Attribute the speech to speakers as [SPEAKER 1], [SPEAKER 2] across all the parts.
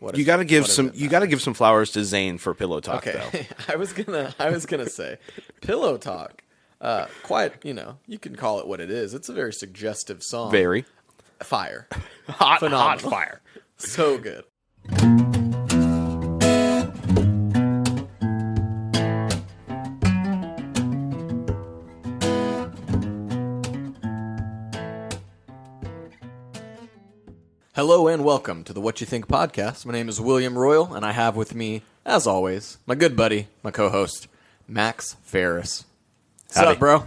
[SPEAKER 1] What
[SPEAKER 2] You
[SPEAKER 1] is-
[SPEAKER 2] got to give
[SPEAKER 1] what is
[SPEAKER 2] some.
[SPEAKER 1] it
[SPEAKER 2] You
[SPEAKER 1] about?
[SPEAKER 2] got to give some flowers to Zane for pillow talk, though.
[SPEAKER 1] Okay, I was gonna, I was gonna say, pillow talk. Uh, quite, you know, you can call it what it is. It's a very suggestive song.
[SPEAKER 2] Very
[SPEAKER 1] fire,
[SPEAKER 2] hot, hot
[SPEAKER 1] Phenomenal.
[SPEAKER 2] fire.
[SPEAKER 1] so good. Hello and welcome to the What You Think podcast. My name is William Royal, and I have with me, as always, my good buddy, my co-host, Max Ferris. What's
[SPEAKER 2] Howdy.
[SPEAKER 1] up, bro?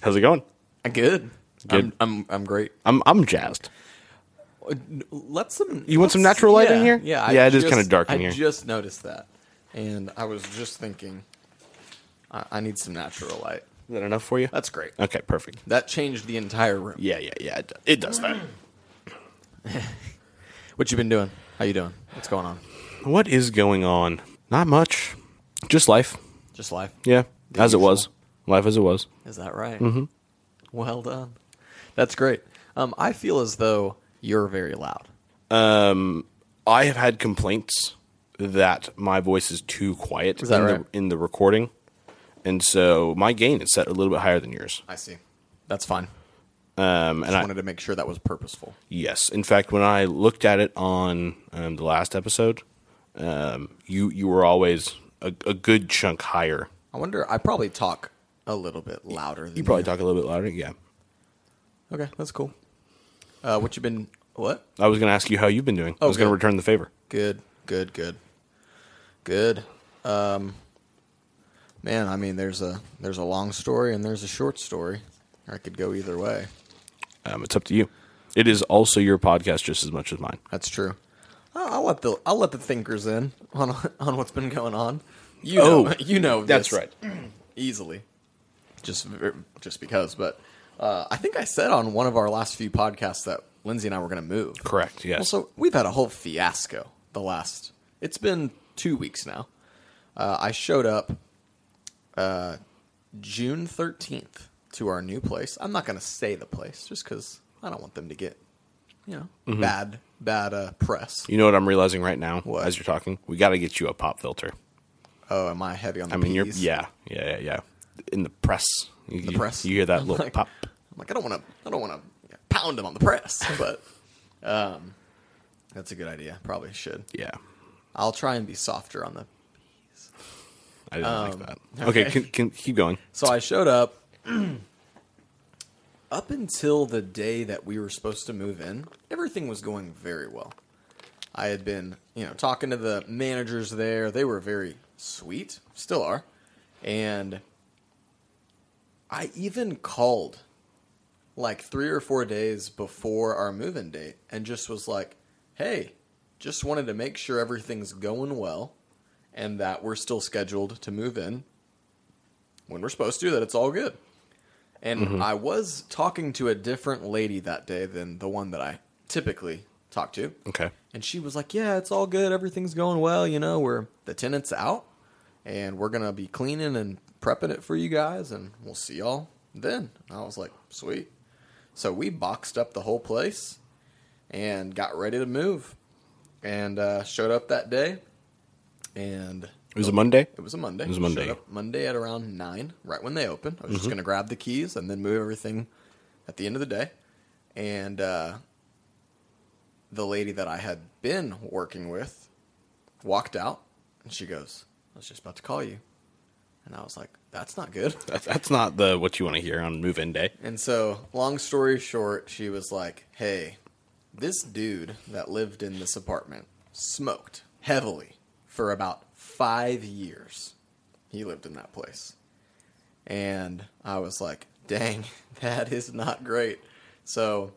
[SPEAKER 2] How's it going?
[SPEAKER 1] I'm good.
[SPEAKER 2] Good.
[SPEAKER 1] I'm, I'm I'm great.
[SPEAKER 2] I'm I'm jazzed.
[SPEAKER 1] Let some.
[SPEAKER 2] You want some
[SPEAKER 1] let's-
[SPEAKER 2] natural light in
[SPEAKER 1] yeah,
[SPEAKER 2] here?
[SPEAKER 1] Yeah,
[SPEAKER 2] Yeah, it is
[SPEAKER 1] just-
[SPEAKER 2] kinda dark in
[SPEAKER 1] I
[SPEAKER 2] here.
[SPEAKER 1] just noticed that, and I was just thinking, I, I need some natural light.
[SPEAKER 2] Is that enough for you?
[SPEAKER 1] That's great.
[SPEAKER 2] okay. Perfect.
[SPEAKER 1] That changed the entire room.
[SPEAKER 2] Yeah, yeah, yeah. It, do- it does that.
[SPEAKER 1] What you been doing? How you doing? What's going on?
[SPEAKER 2] What is going on? Not much. Just life.
[SPEAKER 1] Just life.
[SPEAKER 2] Yeah,
[SPEAKER 1] The
[SPEAKER 2] as it
[SPEAKER 1] usual.
[SPEAKER 2] was. Life as it was.
[SPEAKER 1] Is that right? Mm-hmm. Well done. That's great. Um, I feel as though you're very loud.
[SPEAKER 2] I have had complaints that my voice is too quiet
[SPEAKER 1] that
[SPEAKER 2] in,
[SPEAKER 1] right?
[SPEAKER 2] the, in the recording, and so my gain is set a little bit higher than yours.
[SPEAKER 1] I see. That's fine.
[SPEAKER 2] Um, and
[SPEAKER 1] I
[SPEAKER 2] I,
[SPEAKER 1] wanted to make sure that was purposeful.
[SPEAKER 2] yes, in fact, when I looked at it on um, the last episode, um, you you were always a, a good chunk higher.
[SPEAKER 1] I wonder. I probably talk a little bit louder. Than
[SPEAKER 2] You probably talk a little bit louder. Yeah,
[SPEAKER 1] Okay, that's cool. Uh, what you been? What?
[SPEAKER 2] I was going to ask you how you've been doing. I
[SPEAKER 1] Oh,
[SPEAKER 2] was going to
[SPEAKER 1] good.
[SPEAKER 2] return the favor.
[SPEAKER 1] Good, good, good, good. Um, man, I mean, there's a there's a long story and there's a short story. I could go either way.
[SPEAKER 2] Um, it's up to you. It is also your podcast just as much as mine.
[SPEAKER 1] That's true. I'll, I'll let the I'll let the thinkers in on on what's been going on. You
[SPEAKER 2] Oh,
[SPEAKER 1] know, you know
[SPEAKER 2] that's
[SPEAKER 1] this
[SPEAKER 2] right.
[SPEAKER 1] easily. Just ver- just because, but uh, I think I said on one of our last few podcasts that Lindsay and I were going to move.
[SPEAKER 2] Correct. Yes.
[SPEAKER 1] Also, we've had a whole fiasco the last. It's been two weeks now. Uh, I showed up uh, June thirteenth to our new place. I'm not going to say the place just because I don't want them to get, you know,
[SPEAKER 2] Mm-hmm.
[SPEAKER 1] bad bad uh, press.
[SPEAKER 2] You know what I'm realizing right now
[SPEAKER 1] What?
[SPEAKER 2] as you're talking? We got to get you a pop filter.
[SPEAKER 1] Oh, am I heavy on the?
[SPEAKER 2] I mean, you're
[SPEAKER 1] P's?
[SPEAKER 2] yeah, yeah, yeah, yeah. In the press, you,
[SPEAKER 1] the
[SPEAKER 2] you-
[SPEAKER 1] press.
[SPEAKER 2] You, hear that
[SPEAKER 1] I'm
[SPEAKER 2] little
[SPEAKER 1] like-
[SPEAKER 2] pop?
[SPEAKER 1] I'm like, I don't want to. I don't want to pound them on the press, but um, that's a good idea. Probably should.
[SPEAKER 2] Yeah,
[SPEAKER 1] I'll try and be softer on the
[SPEAKER 2] I didn't like that. Um, Okay,
[SPEAKER 1] okay.
[SPEAKER 2] can, can keep going.
[SPEAKER 1] So I showed up. up until the day that we were supposed to move in, everything was going very well. I had been, you know, talking to the managers there. They were very sweet, still are. And I even called like 3 or 4 days before our move-in date and just was like, "Hey, just wanted to make sure everything's going well and that we're still scheduled to move in when we're supposed to, that it's all good. And I was talking to a different lady that day than the one that I typically talk to.
[SPEAKER 2] Okay,
[SPEAKER 1] And she was like, Yeah, it's all good. Everything's going well. You know, we're the tenant's out and we're going to be cleaning and prepping it for you guys and we'll see y'all then. And I was like, Sweet. So we boxed up the whole place and got ready to move and uh, showed up that day. And
[SPEAKER 2] it was a Monday.
[SPEAKER 1] it was a Monday. It
[SPEAKER 2] was a Monday. Mm-hmm.
[SPEAKER 1] Monday at around nine, right when they open. I was just going to grab the keys and then move everything at the end of the day. And uh, the lady that I had been working with walked out, and she goes, "I was just about to call you," and I was like, "That's not good."
[SPEAKER 2] That's, that's not the what you want to hear on move-in day.
[SPEAKER 1] And so, long story short, she was like, "Hey, this dude that lived in this apartment smoked heavily for about 5 years. He lived in that place." And I was like, "Dang, that is not great." So,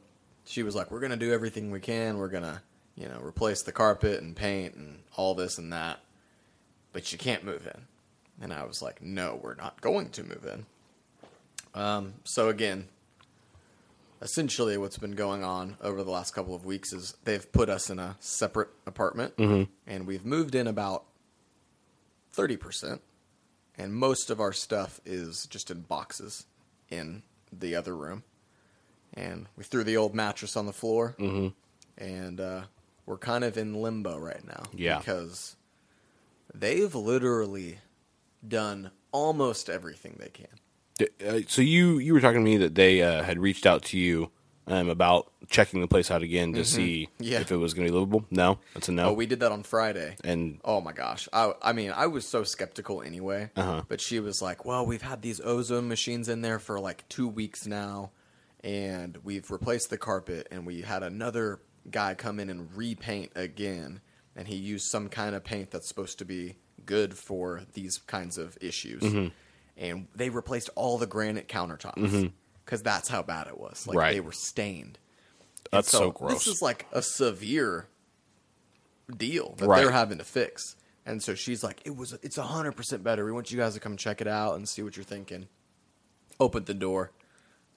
[SPEAKER 1] she was like, "We're going to do everything we can. We're going to, you know, replace the carpet and paint and all this and that, but you can't move in." And I was like, "No, we're not going to move in." So again, essentially, what's been going on over the last couple of weeks is they've put us in a separate apartment, and we've moved in about thirty percent, and most of our stuff is just in boxes in the other room, and we threw the old mattress on the floor, and uh, we're kind of in limbo right now.
[SPEAKER 2] Yeah.
[SPEAKER 1] Because they've literally done almost everything they can.
[SPEAKER 2] D- uh, So you you were talking to me that they uh, had reached out to you um, about checking the place out again to see
[SPEAKER 1] Yeah.
[SPEAKER 2] if it was going to be livable. No, that's a no.
[SPEAKER 1] Oh, we did that on Friday.
[SPEAKER 2] and
[SPEAKER 1] Oh my gosh. I, I mean, I was so skeptical anyway.
[SPEAKER 2] Uh-huh.
[SPEAKER 1] But she was like, well, we've had these ozone machines in there for like two weeks now, and we've replaced the carpet, and we had another guy come in and repaint again, and he used some kind of paint that's supposed to be good for these kinds of issues.
[SPEAKER 2] Mm-hmm.
[SPEAKER 1] And they replaced all the granite countertops because that's how bad it was. Like
[SPEAKER 2] Right.
[SPEAKER 1] they were stained. And
[SPEAKER 2] that's so, gross.
[SPEAKER 1] This is like a severe deal that
[SPEAKER 2] Right.
[SPEAKER 1] they're having to fix. And so she's like, "It was, it's hundred percent better. We want you guys to come check it out and see what you're thinking." Opened the door,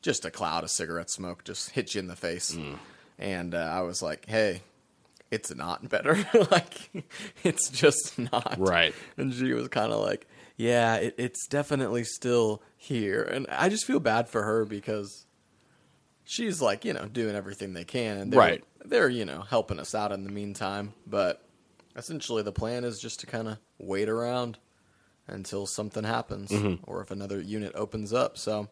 [SPEAKER 1] just a cloud of cigarette smoke just hit you in the face,
[SPEAKER 2] Mm.
[SPEAKER 1] and uh, I was like, "Hey, it's not better. like, it's just not
[SPEAKER 2] Right.
[SPEAKER 1] And she was kind of like, "Yeah, it, it's definitely still here." And I just feel bad for her because she's like, you know, doing everything they can, and they're,
[SPEAKER 2] Right.
[SPEAKER 1] they're you know helping us out in the meantime. But essentially, the plan is just to kind of wait around until something happens
[SPEAKER 2] Mm-hmm.
[SPEAKER 1] or if another unit opens up. So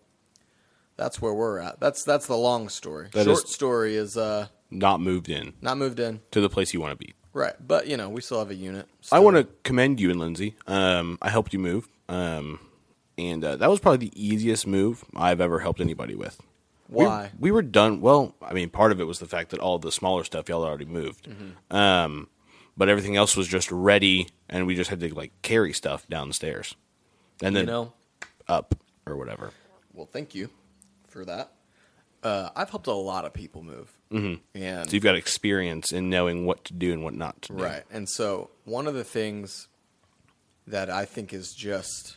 [SPEAKER 1] that's where we're at. That's that's the long story.
[SPEAKER 2] That
[SPEAKER 1] Short
[SPEAKER 2] is-
[SPEAKER 1] story is uh
[SPEAKER 2] Not moved in
[SPEAKER 1] not moved in.
[SPEAKER 2] to the place you want to be.
[SPEAKER 1] Right. But you know, we still have a unit.
[SPEAKER 2] I want to commend you and Lindsay. Um, I helped you move, um, and uh, that was probably the easiest move I've ever helped anybody with. We-
[SPEAKER 1] Why?
[SPEAKER 2] We, were done. Well, I mean, part of it was the fact that all the smaller stuff y'all had already moved,
[SPEAKER 1] Mm-hmm.
[SPEAKER 2] um, but everything else was just ready, and we just had to like carry stuff downstairs, and then
[SPEAKER 1] you know.
[SPEAKER 2] up or whatever.
[SPEAKER 1] Well, thank you for that. Uh, I've helped a lot of people move. Mm-hmm. And
[SPEAKER 2] So you've got experience in knowing what to do and what not to do.
[SPEAKER 1] Right. And so one of the things that I think is just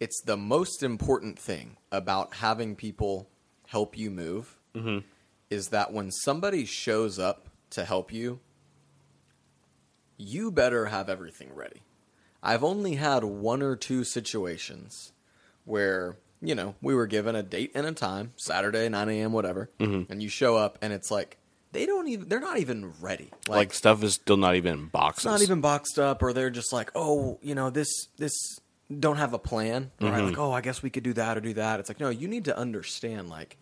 [SPEAKER 1] it's the most important thing about having people help you move is that when somebody shows up to help you, you better have everything ready. I've only had one or two situations where, you know, we were given a date and a time, Saturday, 9 a.m., whatever, and you show up and it's like, they don't even, they're not even ready.
[SPEAKER 2] Like, stuff is still not even in boxes.
[SPEAKER 1] It's not even boxed up, or they're just like, oh, you know, this this don't have a plan, right? Like,
[SPEAKER 2] Mm-hmm.
[SPEAKER 1] oh, I guess we could do that or do that. It's like, no, you need to understand, like,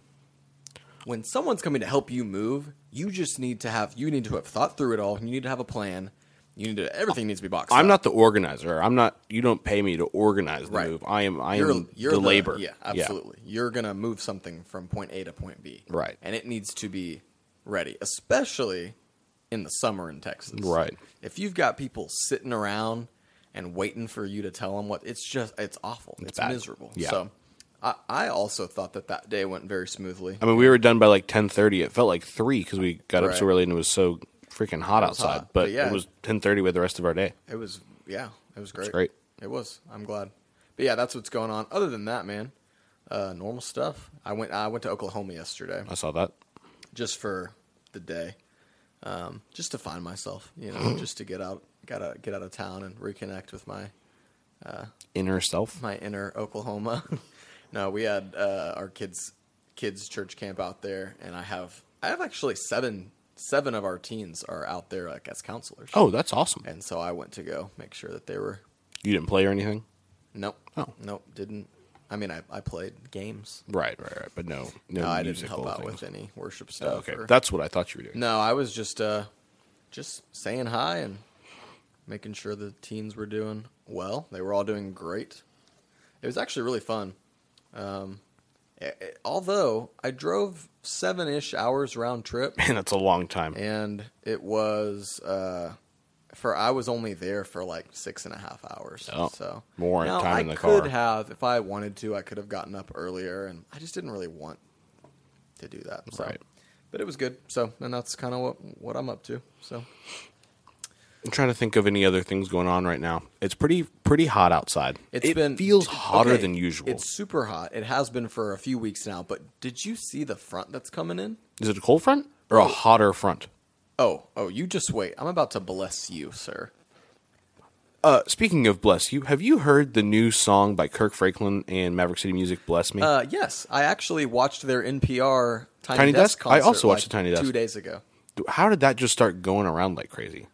[SPEAKER 1] when someone's coming to help you move, you just need to have you need to have thought through it all. You need to have a plan. You need to everything needs to be boxed.
[SPEAKER 2] I'm
[SPEAKER 1] up.
[SPEAKER 2] not the organizer. I'm not. You don't pay me to organize the
[SPEAKER 1] Right.
[SPEAKER 2] move. I am. I am the, labor.
[SPEAKER 1] Yeah, absolutely. You're gonna move something from point A to point B,
[SPEAKER 2] Right.
[SPEAKER 1] And it needs to be ready, especially in the summer in Texas,
[SPEAKER 2] Right.
[SPEAKER 1] If you've got people sitting around and waiting for you to tell them what, it's just it's awful. It's,
[SPEAKER 2] bad.
[SPEAKER 1] miserable.
[SPEAKER 2] Yeah.
[SPEAKER 1] So, I, I also thought that that day went very smoothly.
[SPEAKER 2] I mean, we were done by like 10:30. It felt like three because we got up so
[SPEAKER 1] Right.
[SPEAKER 2] early and it was so freaking hot
[SPEAKER 1] was
[SPEAKER 2] outside.
[SPEAKER 1] hot,
[SPEAKER 2] But,
[SPEAKER 1] but yeah.
[SPEAKER 2] it was 10:30 with the rest of our day.
[SPEAKER 1] It was yeah, it was great.
[SPEAKER 2] great.
[SPEAKER 1] It was. I'm glad. But yeah, that's what's going on. Other than that, man, uh, normal stuff. I went I went to Oklahoma yesterday.
[SPEAKER 2] I saw that.
[SPEAKER 1] just for the day, um, just to find myself, you know,
[SPEAKER 2] Mm-hmm.
[SPEAKER 1] just to get out, gotta get out of town and reconnect with my
[SPEAKER 2] Inner self.
[SPEAKER 1] my inner Oklahoma. no, we had uh, our kids kids church camp out there, and I have I have actually seven seven of our teens are out there like as counselors,
[SPEAKER 2] Oh, that's awesome.
[SPEAKER 1] and so I went to go make sure that they were
[SPEAKER 2] You didn't play or anything.
[SPEAKER 1] nope
[SPEAKER 2] Oh.
[SPEAKER 1] nope didn't. I mean, I, I played games.
[SPEAKER 2] Right, right, right. But no, no,
[SPEAKER 1] No, I didn't
[SPEAKER 2] musical
[SPEAKER 1] help out
[SPEAKER 2] things.
[SPEAKER 1] with any worship
[SPEAKER 2] Oh,
[SPEAKER 1] stuff.
[SPEAKER 2] okay,
[SPEAKER 1] or-
[SPEAKER 2] that's what I thought you were doing.
[SPEAKER 1] No, I was just uh just saying hi and making sure the teens were doing well. They were all doing great. It was actually really fun. Um eh, eh, although I drove 7ish hours round trip
[SPEAKER 2] Man, that's a long time.
[SPEAKER 1] and it was uh for I was only there for like six and a half hours.
[SPEAKER 2] Oh,
[SPEAKER 1] so
[SPEAKER 2] more
[SPEAKER 1] now,
[SPEAKER 2] time
[SPEAKER 1] I
[SPEAKER 2] in the
[SPEAKER 1] could
[SPEAKER 2] car.
[SPEAKER 1] have if I wanted to, I could have gotten up earlier and I just didn't really want to do that. So.
[SPEAKER 2] Right.
[SPEAKER 1] But it was good. So and that's kinda what what I'm up to. So
[SPEAKER 2] I'm trying to think of any other things going on right now. It's pretty, pretty hot outside.
[SPEAKER 1] it's
[SPEAKER 2] it
[SPEAKER 1] been
[SPEAKER 2] feels
[SPEAKER 1] it-
[SPEAKER 2] hotter
[SPEAKER 1] okay,
[SPEAKER 2] than usual.
[SPEAKER 1] It's super hot. It has been for a few weeks now, but did you see the front that's coming in?
[SPEAKER 2] Is it a cold front or a hotter front?
[SPEAKER 1] Oh, oh, you just wait. I'm about to bless you, sir.
[SPEAKER 2] Uh, speaking of bless you, have you heard the new song by Kirk Franklin and Maverick City Music, "Bless Me"?
[SPEAKER 1] Uh, yes, I Uh, actually watched their NPR Tiny,
[SPEAKER 2] Tiny
[SPEAKER 1] Desk,
[SPEAKER 2] Desk? I
[SPEAKER 1] concert
[SPEAKER 2] also watched
[SPEAKER 1] like
[SPEAKER 2] the Tiny Desk.
[SPEAKER 1] two days ago.
[SPEAKER 2] do- how did that just start going around like crazy?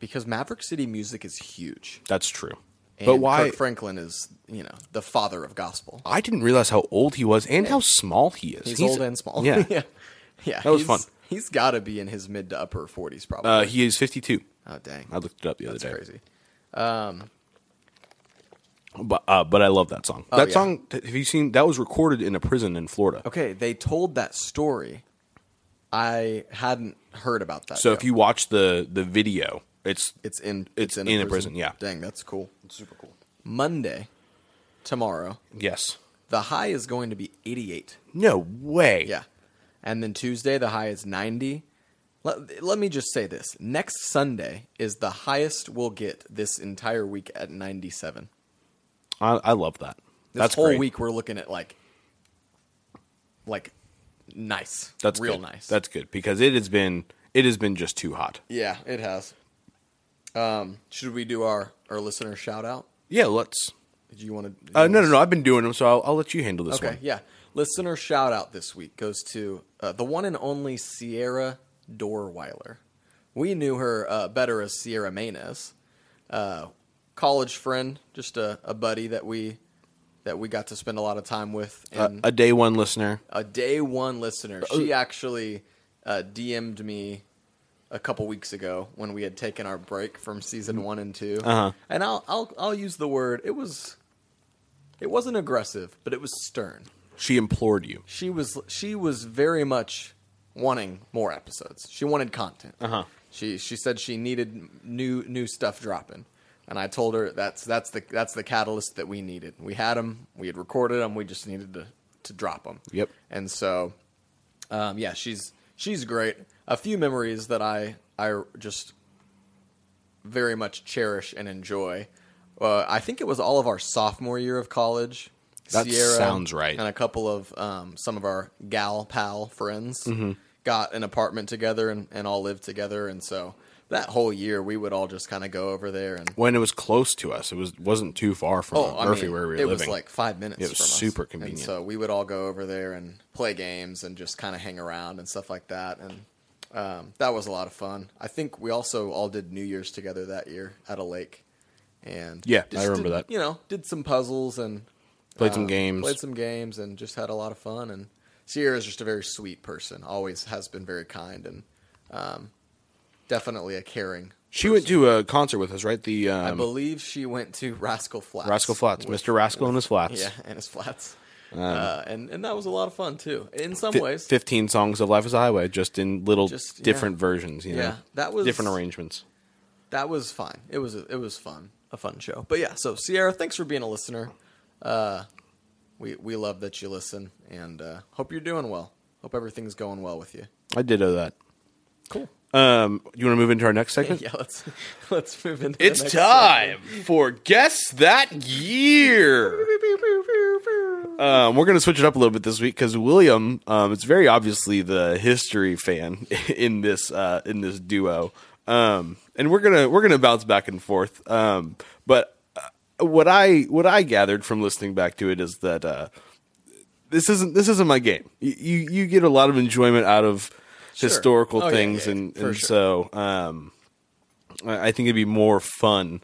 [SPEAKER 1] because Maverick City music is huge.
[SPEAKER 2] That's true.
[SPEAKER 1] And
[SPEAKER 2] but why?
[SPEAKER 1] Kirk Franklin is you know the father of gospel.
[SPEAKER 2] I didn't realize how old he was and how small he is.
[SPEAKER 1] He's, old and small.
[SPEAKER 2] Yeah.
[SPEAKER 1] yeah, yeah.
[SPEAKER 2] That was
[SPEAKER 1] he's-
[SPEAKER 2] fun.
[SPEAKER 1] He's got to be in his mid to upper forties, probably.
[SPEAKER 2] Uh, he is 52.
[SPEAKER 1] oh dang,
[SPEAKER 2] I looked it up the
[SPEAKER 1] that's
[SPEAKER 2] other day.
[SPEAKER 1] crazy.
[SPEAKER 2] But uh, but I love that song. that
[SPEAKER 1] Oh, yeah.
[SPEAKER 2] song, have you seen? That was recorded in a prison in Florida.
[SPEAKER 1] Okay, they told that story. I hadn't heard about that.
[SPEAKER 2] So
[SPEAKER 1] yet.
[SPEAKER 2] if you watch the the video, it's
[SPEAKER 1] it's in
[SPEAKER 2] it's in a prison, yeah.
[SPEAKER 1] Dang, that's cool.
[SPEAKER 2] super cool.
[SPEAKER 1] Monday, tomorrow,
[SPEAKER 2] Yes.
[SPEAKER 1] the high is going to be 88.
[SPEAKER 2] No way.
[SPEAKER 1] Yeah. And then Tuesday, the high is 90. Let, let me just say this. Next Sunday is the highest we'll get this entire week at 97.
[SPEAKER 2] I, I love that.
[SPEAKER 1] This
[SPEAKER 2] That's
[SPEAKER 1] whole
[SPEAKER 2] great.
[SPEAKER 1] week we're looking at like like nice.
[SPEAKER 2] That's
[SPEAKER 1] real
[SPEAKER 2] good.
[SPEAKER 1] nice.
[SPEAKER 2] That's good because it has been it has been just too hot.
[SPEAKER 1] yeah, it has. Um, should we do our our listener shout out?
[SPEAKER 2] Yeah. Let's.
[SPEAKER 1] Do you want to
[SPEAKER 2] Uh, no, no, no. I've been doing them, so I'll, I'll let you handle this
[SPEAKER 1] Okay,
[SPEAKER 2] one.
[SPEAKER 1] yeah. Listener shout out this week goes to uh, the one and only Sierra Dorweiler. We knew her uh, better as Sierra Manes, uh, college friend, just a, a buddy that we that we got to spend a lot of time with,
[SPEAKER 2] Uh,
[SPEAKER 1] and
[SPEAKER 2] a day one listener.
[SPEAKER 1] a day one listener. She actually uh, DM'd me a couple weeks ago when we had taken our break from season one and 2
[SPEAKER 2] Uh-huh.
[SPEAKER 1] and I'll I'll I'll use the word it was. It wasn't aggressive, but it was stern
[SPEAKER 2] She implored you.
[SPEAKER 1] she was she was very much wanting more episodes. She wanted content.
[SPEAKER 2] Uh-huh.
[SPEAKER 1] She she said she needed new new stuff dropping, and I told her that's that's the that's the catalyst that we needed. We had them, we had recorded them, we just needed to to drop them.
[SPEAKER 2] Yep.
[SPEAKER 1] And so, um, yeah, she's she's great. A few memories that I I just very much cherish and enjoy. Uh, I think it was all of our sophomore year of college.
[SPEAKER 2] That sounds right.
[SPEAKER 1] And a couple of um, some of our gal pal friends
[SPEAKER 2] Mm-hmm.
[SPEAKER 1] got an apartment together and, and all lived together. And so that whole year, we would all just kind of go over there and
[SPEAKER 2] When it was close to us, it was wasn't too far from
[SPEAKER 1] oh, I
[SPEAKER 2] Murphy
[SPEAKER 1] mean,
[SPEAKER 2] where we were
[SPEAKER 1] it
[SPEAKER 2] living.
[SPEAKER 1] was like five minutes.
[SPEAKER 2] It was
[SPEAKER 1] from us.
[SPEAKER 2] super
[SPEAKER 1] And
[SPEAKER 2] convenient.
[SPEAKER 1] so we would all go over there and play games and just kind of hang around and stuff like that. And um, that was a lot of fun. I think we also all did New Year's together that year at a lake. And
[SPEAKER 2] Yeah, I
[SPEAKER 1] just
[SPEAKER 2] remember
[SPEAKER 1] did-
[SPEAKER 2] that.
[SPEAKER 1] You know, did some puzzles and
[SPEAKER 2] Played some
[SPEAKER 1] uh,
[SPEAKER 2] games.
[SPEAKER 1] played some games, and just had a lot of fun. And Sierra is just a very sweet person. Always has been very kind and um, definitely a caring.
[SPEAKER 2] she went to a concert with us, right? The um,
[SPEAKER 1] I believe she went to Rascal Flats.
[SPEAKER 2] Rascal Flats, Um,
[SPEAKER 1] with-
[SPEAKER 2] Mr. Rascal and his Flats.
[SPEAKER 1] yeah, and his flats. uh, and and that was a lot of fun too. In some
[SPEAKER 2] Fi-
[SPEAKER 1] ways,
[SPEAKER 2] Fifteen songs of Life Is a Highway, just in little
[SPEAKER 1] Just- yeah.
[SPEAKER 2] different versions. You know?
[SPEAKER 1] Yeah, that was-
[SPEAKER 2] different arrangements.
[SPEAKER 1] that was fine. It was it was fun, a fun show. But yeah, so Sierra, thanks for being a listener. Uh, we we love that you listen, and uh, hope you're doing well. Hope everything's going well with you.
[SPEAKER 2] I did owe that.
[SPEAKER 1] Cool.
[SPEAKER 2] Um, you want to move into our next segment?
[SPEAKER 1] Yeah, let's let's move into. the
[SPEAKER 2] It's
[SPEAKER 1] next
[SPEAKER 2] time for guess that year.
[SPEAKER 1] segment.
[SPEAKER 2] Um, we're going to switch it up a little bit this week because William, um, it's very obviously the history fan in this uh, in this duo, um, and we're gonna we're gonna bounce back and forth. Um, but uh, what I what I gathered from listening back to it is that uh, this isn't this isn't my game. You, you you get a lot of enjoyment out of
[SPEAKER 1] Sure.
[SPEAKER 2] historical
[SPEAKER 1] Oh, yeah,
[SPEAKER 2] things,
[SPEAKER 1] yeah,
[SPEAKER 2] and,
[SPEAKER 1] for
[SPEAKER 2] and
[SPEAKER 1] sure.
[SPEAKER 2] so um, I I think it'd be more fun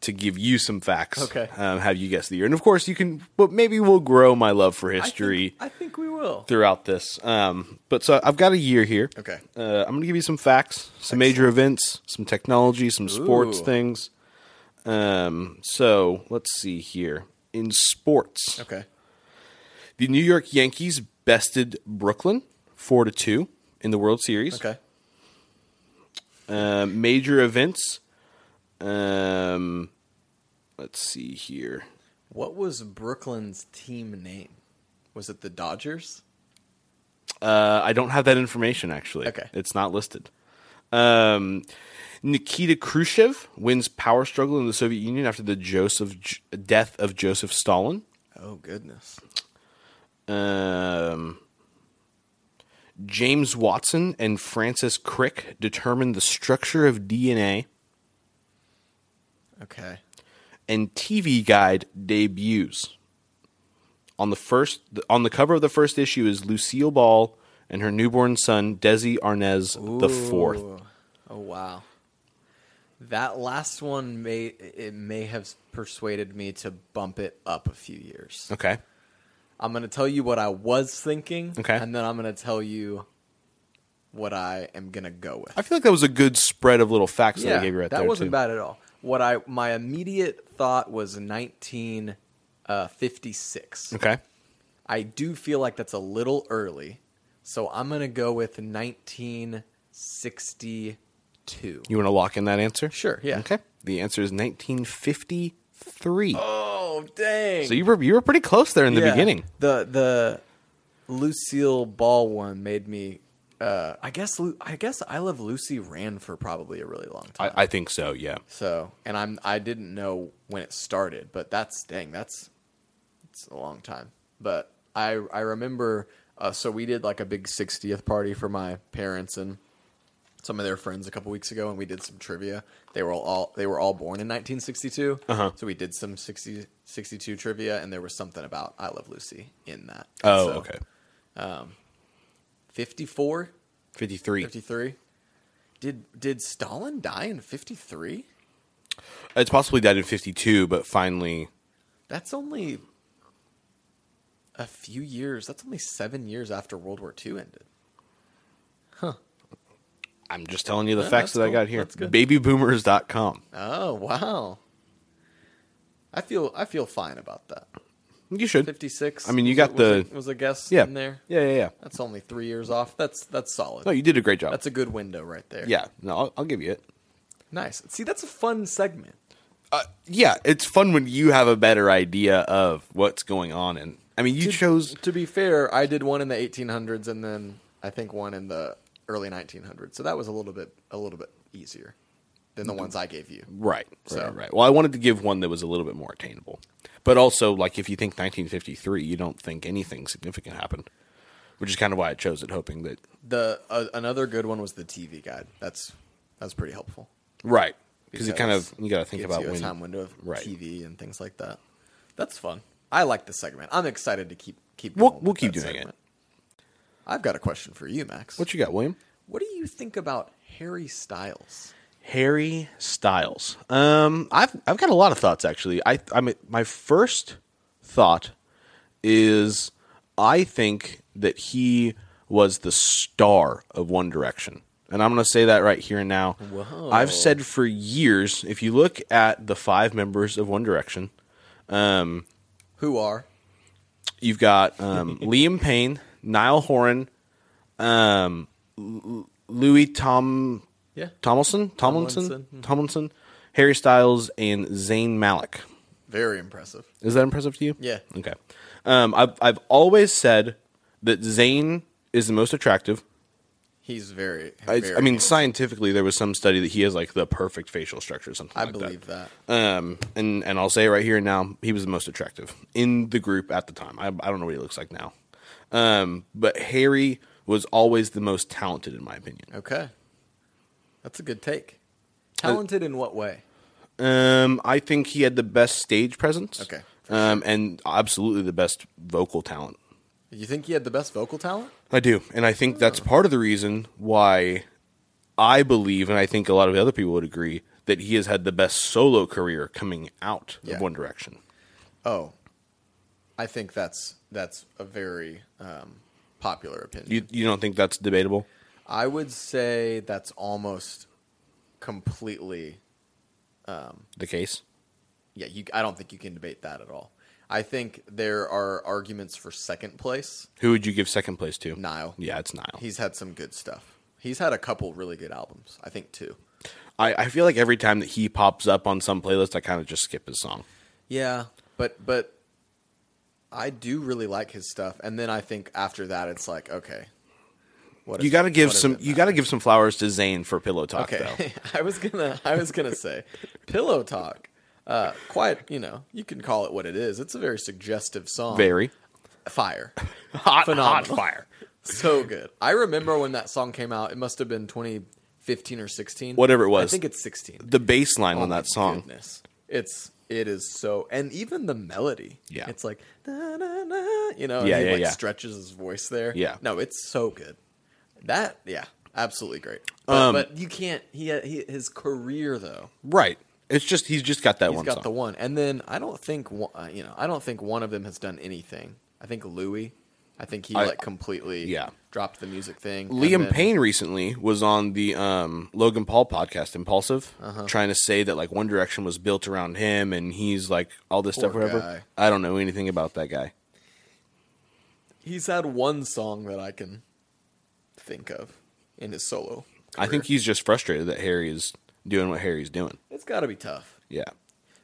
[SPEAKER 2] to give you some facts.
[SPEAKER 1] Okay.
[SPEAKER 2] Um, have you guess the year? And of course, you can. But maybe we'll grow my love for
[SPEAKER 1] I
[SPEAKER 2] history
[SPEAKER 1] think, I think we will.
[SPEAKER 2] throughout this. Um, but so I've got a year here.
[SPEAKER 1] Okay.
[SPEAKER 2] Uh, I'm gonna give you some facts, some major events, some technology, some sports
[SPEAKER 1] Ooh.
[SPEAKER 2] things. Um, so let's see here. In sports,
[SPEAKER 1] Okay.
[SPEAKER 2] the New York Yankees bested Brooklyn four to two in the World Series.
[SPEAKER 1] Okay.
[SPEAKER 2] Uh, major events. Um, let's see here.
[SPEAKER 1] What was Brooklyn's team name? Was it the Dodgers?
[SPEAKER 2] Uh, I don't have that information actually.
[SPEAKER 1] Okay.
[SPEAKER 2] it's not listed. Um, Nikita Khrushchev wins power struggle in the Soviet Union after the Joseph death of Joseph Stalin.
[SPEAKER 1] Oh goodness.
[SPEAKER 2] Um, James Watson and Francis Crick determined the structure of DNA,
[SPEAKER 1] Okay.
[SPEAKER 2] and TV Guide debuts. On the first, on the cover of the first issue is Lucille Ball and her newborn son Desi Arnaz the fourth.
[SPEAKER 1] Ooh. Oh wow. That last one may it may have persuaded me to bump it up a few years.
[SPEAKER 2] Okay.
[SPEAKER 1] I'm going to tell you what I was thinking
[SPEAKER 2] Okay.
[SPEAKER 1] and then I'm going to tell you what I am going to go with.
[SPEAKER 2] I feel like that was a good spread of little facts that I gave you right
[SPEAKER 1] that
[SPEAKER 2] there.
[SPEAKER 1] wasn't
[SPEAKER 2] too.
[SPEAKER 1] bad at all. What I my immediate thought was 1956.
[SPEAKER 2] Okay.
[SPEAKER 1] I do feel like that's a little early, so I'm gonna go with 1962.
[SPEAKER 2] You want to lock in that answer?
[SPEAKER 1] Sure, yeah.
[SPEAKER 2] Okay. The answer is 1953.
[SPEAKER 1] Oh dang!
[SPEAKER 2] So you were you were pretty close there in the
[SPEAKER 1] Yeah.
[SPEAKER 2] beginning.
[SPEAKER 1] the the Lucille Ball one made me. Uh, I guess Lu- I guess I Love Lucy ran for probably a really long time.
[SPEAKER 2] I, I think so. Yeah.
[SPEAKER 1] So, and I'm I didn't know when it started, but that's dang, that's it's a long time. But I I remember uh, so we did like a big 60th party for my parents and some of their friends a couple weeks ago, and we did some trivia. They were all, they were all born in 1962,
[SPEAKER 2] Uh-huh.
[SPEAKER 1] so we did some 60, 62 trivia, and there was something about I Love Lucy in that.
[SPEAKER 2] Oh,
[SPEAKER 1] So,
[SPEAKER 2] okay.
[SPEAKER 1] 54,
[SPEAKER 2] 53.
[SPEAKER 1] 53. Did did Stalin die in 53?
[SPEAKER 2] It's possibly died in 52, but finally.
[SPEAKER 1] That's only a few years. That's only seven years after World War II ended.
[SPEAKER 2] I'm just telling you the
[SPEAKER 1] Yeah,
[SPEAKER 2] facts
[SPEAKER 1] that's
[SPEAKER 2] that I
[SPEAKER 1] cool.
[SPEAKER 2] got here.
[SPEAKER 1] That's good.
[SPEAKER 2] Babyboomers.com.
[SPEAKER 1] Oh wow! I feel I feel fine about that.
[SPEAKER 2] You should.
[SPEAKER 1] Fifty six.
[SPEAKER 2] I mean, you got the-
[SPEAKER 1] was a guess
[SPEAKER 2] Yeah.
[SPEAKER 1] in there.
[SPEAKER 2] Yeah, yeah, yeah.
[SPEAKER 1] That's only three years off. That's that's solid.
[SPEAKER 2] No, you did a great job.
[SPEAKER 1] That's a good window right there.
[SPEAKER 2] yeah. No, I'll, I'll give you it.
[SPEAKER 1] nice. See, that's a fun segment.
[SPEAKER 2] Uh, yeah, it's fun when you have a better idea of what's going on. And I mean, you chose.
[SPEAKER 1] To be fair, I did one in the eighteen hundreds, and then I think one in the early nineteen hundreds. So that was a little bit a little bit easier than
[SPEAKER 2] Mm-hmm.
[SPEAKER 1] the ones I gave you.
[SPEAKER 2] Right,
[SPEAKER 1] So-
[SPEAKER 2] right, right. Well, I wanted to give one that was a little bit more attainable. But also, like, if you think 1953, you don't think anything significant happened, which is kind of why I chose it, hoping that.
[SPEAKER 1] The uh, another good one was the TV guide. That's that's pretty helpful.
[SPEAKER 2] Right. Because it kind
[SPEAKER 1] Because
[SPEAKER 2] of, you got to think
[SPEAKER 1] Gives
[SPEAKER 2] about
[SPEAKER 1] you a
[SPEAKER 2] when.
[SPEAKER 1] time window of
[SPEAKER 2] Right.
[SPEAKER 1] TV and things like that. That's fun. I like this segment. I'm excited to keep keep.
[SPEAKER 2] We'll-
[SPEAKER 1] going
[SPEAKER 2] we'll
[SPEAKER 1] with
[SPEAKER 2] keep
[SPEAKER 1] that
[SPEAKER 2] doing it.
[SPEAKER 1] I've got a question for you, Max.
[SPEAKER 2] What you got, William?
[SPEAKER 1] what do you think about Harry Styles?
[SPEAKER 2] Harry Styles. Um, I've I've got a lot of thoughts actually. I I mean, my first thought is I think that he was the star of One Direction, and I'm going to say that right here and now. I've said for years, if you look at the five members of One Direction,
[SPEAKER 1] Who are?
[SPEAKER 2] you've got um, Liam Payne, Niall Horan, um, L- Louis Tom
[SPEAKER 1] Yeah.
[SPEAKER 2] Tomlinson, Tomlinson,
[SPEAKER 1] Tomlinson. Hmm.
[SPEAKER 2] Tomlinson, Harry Styles, and Zayn Malik.
[SPEAKER 1] Very impressive.
[SPEAKER 2] Is that impressive to you?
[SPEAKER 1] Yeah.
[SPEAKER 2] Okay. Um, I've I've always said that Zayn is the most attractive.
[SPEAKER 1] He's very.
[SPEAKER 2] I,
[SPEAKER 1] very
[SPEAKER 2] I mean, scientifically, there was some study that he has like the perfect facial structure, or something.
[SPEAKER 1] I
[SPEAKER 2] like
[SPEAKER 1] believe that.
[SPEAKER 2] that. Um, and and I'll say it right here and now, he was the most attractive in the group at the time. I I don't know what he looks like now, um, but Harry was always the most talented in my opinion.
[SPEAKER 1] Okay, that's a good take.
[SPEAKER 2] Uh,
[SPEAKER 1] Talented in what way?
[SPEAKER 2] Um, I think he had the best stage presence.
[SPEAKER 1] Okay.
[SPEAKER 2] Um, and absolutely the best vocal talent.
[SPEAKER 1] You think he had the best vocal talent?
[SPEAKER 2] I do, and I
[SPEAKER 1] Oh.
[SPEAKER 2] think that's part of the reason why I believe, and I think a lot of the other people would agree that he has had the best solo career coming out
[SPEAKER 1] Yeah.
[SPEAKER 2] of One Direction.
[SPEAKER 1] Oh, I think that's that's a very um, popular opinion.
[SPEAKER 2] You you don't think that's debatable?
[SPEAKER 1] I would say that's almost completely.
[SPEAKER 2] The case.
[SPEAKER 1] Yeah, you, I don't think you can debate that at all. I think there are arguments for second place.
[SPEAKER 2] Who would you give second place to?
[SPEAKER 1] Niall.
[SPEAKER 2] Yeah, it's Niall.
[SPEAKER 1] He's had some good stuff. He's had a couple really good albums. I think two.
[SPEAKER 2] I, I feel like every time that he pops up on some playlist, I kind of just skip his song.
[SPEAKER 1] Yeah, but but I do really like his stuff. And then I think after that, it's like okay, what
[SPEAKER 2] You
[SPEAKER 1] is-
[SPEAKER 2] got to give
[SPEAKER 1] what does
[SPEAKER 2] some.
[SPEAKER 1] it
[SPEAKER 2] You got to give some flowers to Zayn for Pillow Talk, though.
[SPEAKER 1] Okay, I was gonna, I was gonna say, pillow talk. Uh, quite, you know, you can call it what it is. It's a very suggestive song.
[SPEAKER 2] Very
[SPEAKER 1] fire,
[SPEAKER 2] hot, hot
[SPEAKER 1] Phenomenal.
[SPEAKER 2] fire.
[SPEAKER 1] so good. I remember when that song came out. It must have been 2015 or 16,
[SPEAKER 2] Whatever it
[SPEAKER 1] I
[SPEAKER 2] was.
[SPEAKER 1] think it's 16.
[SPEAKER 2] The bass line on
[SPEAKER 1] Oh my
[SPEAKER 2] that song
[SPEAKER 1] goodness. It's it is so, and even the melody.
[SPEAKER 2] Yeah.
[SPEAKER 1] it's like da, da, da, you know, and
[SPEAKER 2] Yeah,
[SPEAKER 1] he
[SPEAKER 2] yeah,
[SPEAKER 1] like
[SPEAKER 2] yeah.
[SPEAKER 1] stretches his voice there.
[SPEAKER 2] Yeah.
[SPEAKER 1] no, it's so good. That yeah, absolutely great. But,
[SPEAKER 2] Um,
[SPEAKER 1] but you can't. He, he his career though.
[SPEAKER 2] Right. It's just he's just got that
[SPEAKER 1] He's
[SPEAKER 2] one
[SPEAKER 1] got
[SPEAKER 2] song.
[SPEAKER 1] the one, and then I don't think one, uh, you know. I don't think one of them has done anything. I think Louis. I think he
[SPEAKER 2] I-
[SPEAKER 1] like completely
[SPEAKER 2] yeah.
[SPEAKER 1] dropped the music thing. and
[SPEAKER 2] Liam
[SPEAKER 1] then-
[SPEAKER 2] Payne recently was on the um, Logan Paul podcast, Impulsive,
[SPEAKER 1] Uh-huh.
[SPEAKER 2] trying to say that like One Direction was built around him, and he's like all this stuff,
[SPEAKER 1] Poor
[SPEAKER 2] whatever.
[SPEAKER 1] guy.
[SPEAKER 2] I don't know anything about that guy.
[SPEAKER 1] He's had one song that I can think of in his solo.
[SPEAKER 2] I think he's just frustrated that Harry is doing what Harry's doing.
[SPEAKER 1] It's got to be tough,
[SPEAKER 2] Yeah,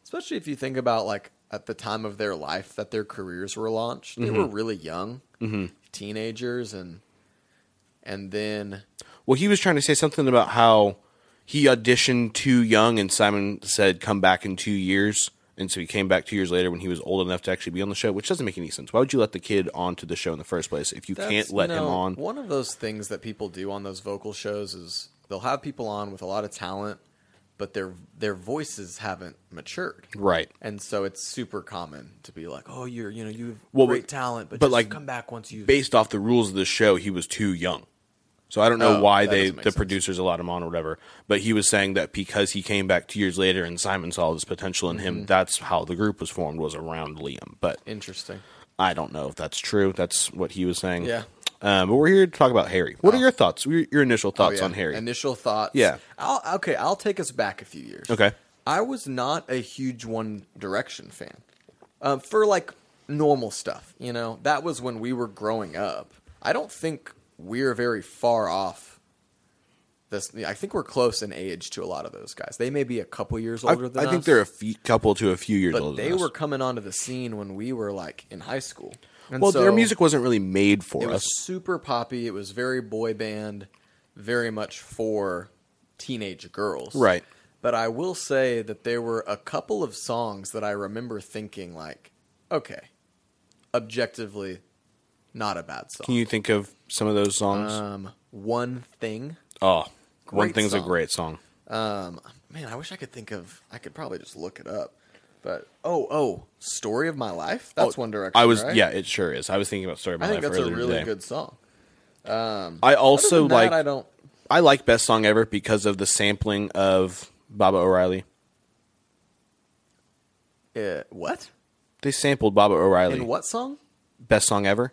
[SPEAKER 1] especially if you think about like at the time of their life that their careers were launched. They
[SPEAKER 2] Mm-hmm.
[SPEAKER 1] were really young, teenagers, and and then
[SPEAKER 2] Well, he was trying to say something about how he auditioned too young, and Simon said, "Come back in two years." And so he came back two years later when he was old enough to actually be on the show, which doesn't make any sense. Why would you let the kid onto the show in the first place if you
[SPEAKER 1] That's-
[SPEAKER 2] can't let
[SPEAKER 1] you
[SPEAKER 2] him
[SPEAKER 1] know,
[SPEAKER 2] on?
[SPEAKER 1] One of those things that people do on those vocal shows is they'll have people on with a lot of talent, but their their voices haven't matured.
[SPEAKER 2] Right.
[SPEAKER 1] And so it's super common to be like, "Oh, you're you know you have
[SPEAKER 2] Well,
[SPEAKER 1] great
[SPEAKER 2] but-
[SPEAKER 1] talent, but,
[SPEAKER 2] but,
[SPEAKER 1] just
[SPEAKER 2] like,
[SPEAKER 1] come back once you."
[SPEAKER 2] Based off the rules of the show, he was too young. So I don't know
[SPEAKER 1] Oh,
[SPEAKER 2] why
[SPEAKER 1] that
[SPEAKER 2] they
[SPEAKER 1] doesn't
[SPEAKER 2] the
[SPEAKER 1] make sense.
[SPEAKER 2] producers allowed him on or whatever, but he was saying that because he came back two years later and Simon saw this potential in
[SPEAKER 1] Mm-hmm.
[SPEAKER 2] him, that's how the group was formed was around Liam. But
[SPEAKER 1] Interesting.
[SPEAKER 2] I don't know if that's true. That's what he was saying.
[SPEAKER 1] Yeah.
[SPEAKER 2] Um, but we're here to talk about Harry. What are your thoughts? Your, your initial
[SPEAKER 1] Oh,
[SPEAKER 2] thoughts
[SPEAKER 1] yeah.
[SPEAKER 2] on Harry?
[SPEAKER 1] Initial thoughts.
[SPEAKER 2] Yeah.
[SPEAKER 1] I'll, okay, I'll take us back a few years.
[SPEAKER 2] okay.
[SPEAKER 1] I was not a huge One Direction fan. Um, for like normal stuff, you know, that was when we were growing up. I don't think we're very far off. This, I think we're close in age to a lot of those guys. They may be a couple years
[SPEAKER 2] I,
[SPEAKER 1] older than
[SPEAKER 2] I think
[SPEAKER 1] us,
[SPEAKER 2] they're a few, couple to a few years
[SPEAKER 1] but
[SPEAKER 2] older.
[SPEAKER 1] they
[SPEAKER 2] than us.
[SPEAKER 1] were coming onto the scene when we were like in high school. And
[SPEAKER 2] well, their
[SPEAKER 1] so
[SPEAKER 2] music wasn't really made
[SPEAKER 1] it
[SPEAKER 2] for
[SPEAKER 1] was
[SPEAKER 2] us.
[SPEAKER 1] super poppy. It was very boy band, very much for teenage girls.
[SPEAKER 2] Right.
[SPEAKER 1] But I will say that there were a couple of songs that I remember thinking like, okay, objectively, not a bad
[SPEAKER 2] Can
[SPEAKER 1] song.
[SPEAKER 2] you think of some of those songs?
[SPEAKER 1] Um, one thing.
[SPEAKER 2] oh, one
[SPEAKER 1] great
[SPEAKER 2] thing's a
[SPEAKER 1] song.
[SPEAKER 2] great song.
[SPEAKER 1] Um, man, I wish I could think of. I could probably just look it up. But oh, oh, story of my life. That's One Direction.
[SPEAKER 2] Oh, I was
[SPEAKER 1] right?
[SPEAKER 2] yeah, it sure is. I was thinking about Story of My
[SPEAKER 1] I think
[SPEAKER 2] Life
[SPEAKER 1] that's a
[SPEAKER 2] earlier
[SPEAKER 1] really
[SPEAKER 2] today.
[SPEAKER 1] good song.
[SPEAKER 2] I
[SPEAKER 1] Other
[SPEAKER 2] also
[SPEAKER 1] than that,
[SPEAKER 2] like
[SPEAKER 1] I don't.
[SPEAKER 2] I like best song ever because of the sampling of Baba O'Reilly.
[SPEAKER 1] Uh, what?
[SPEAKER 2] They sampled Baba O'Reilly.
[SPEAKER 1] In what song?
[SPEAKER 2] Best song ever.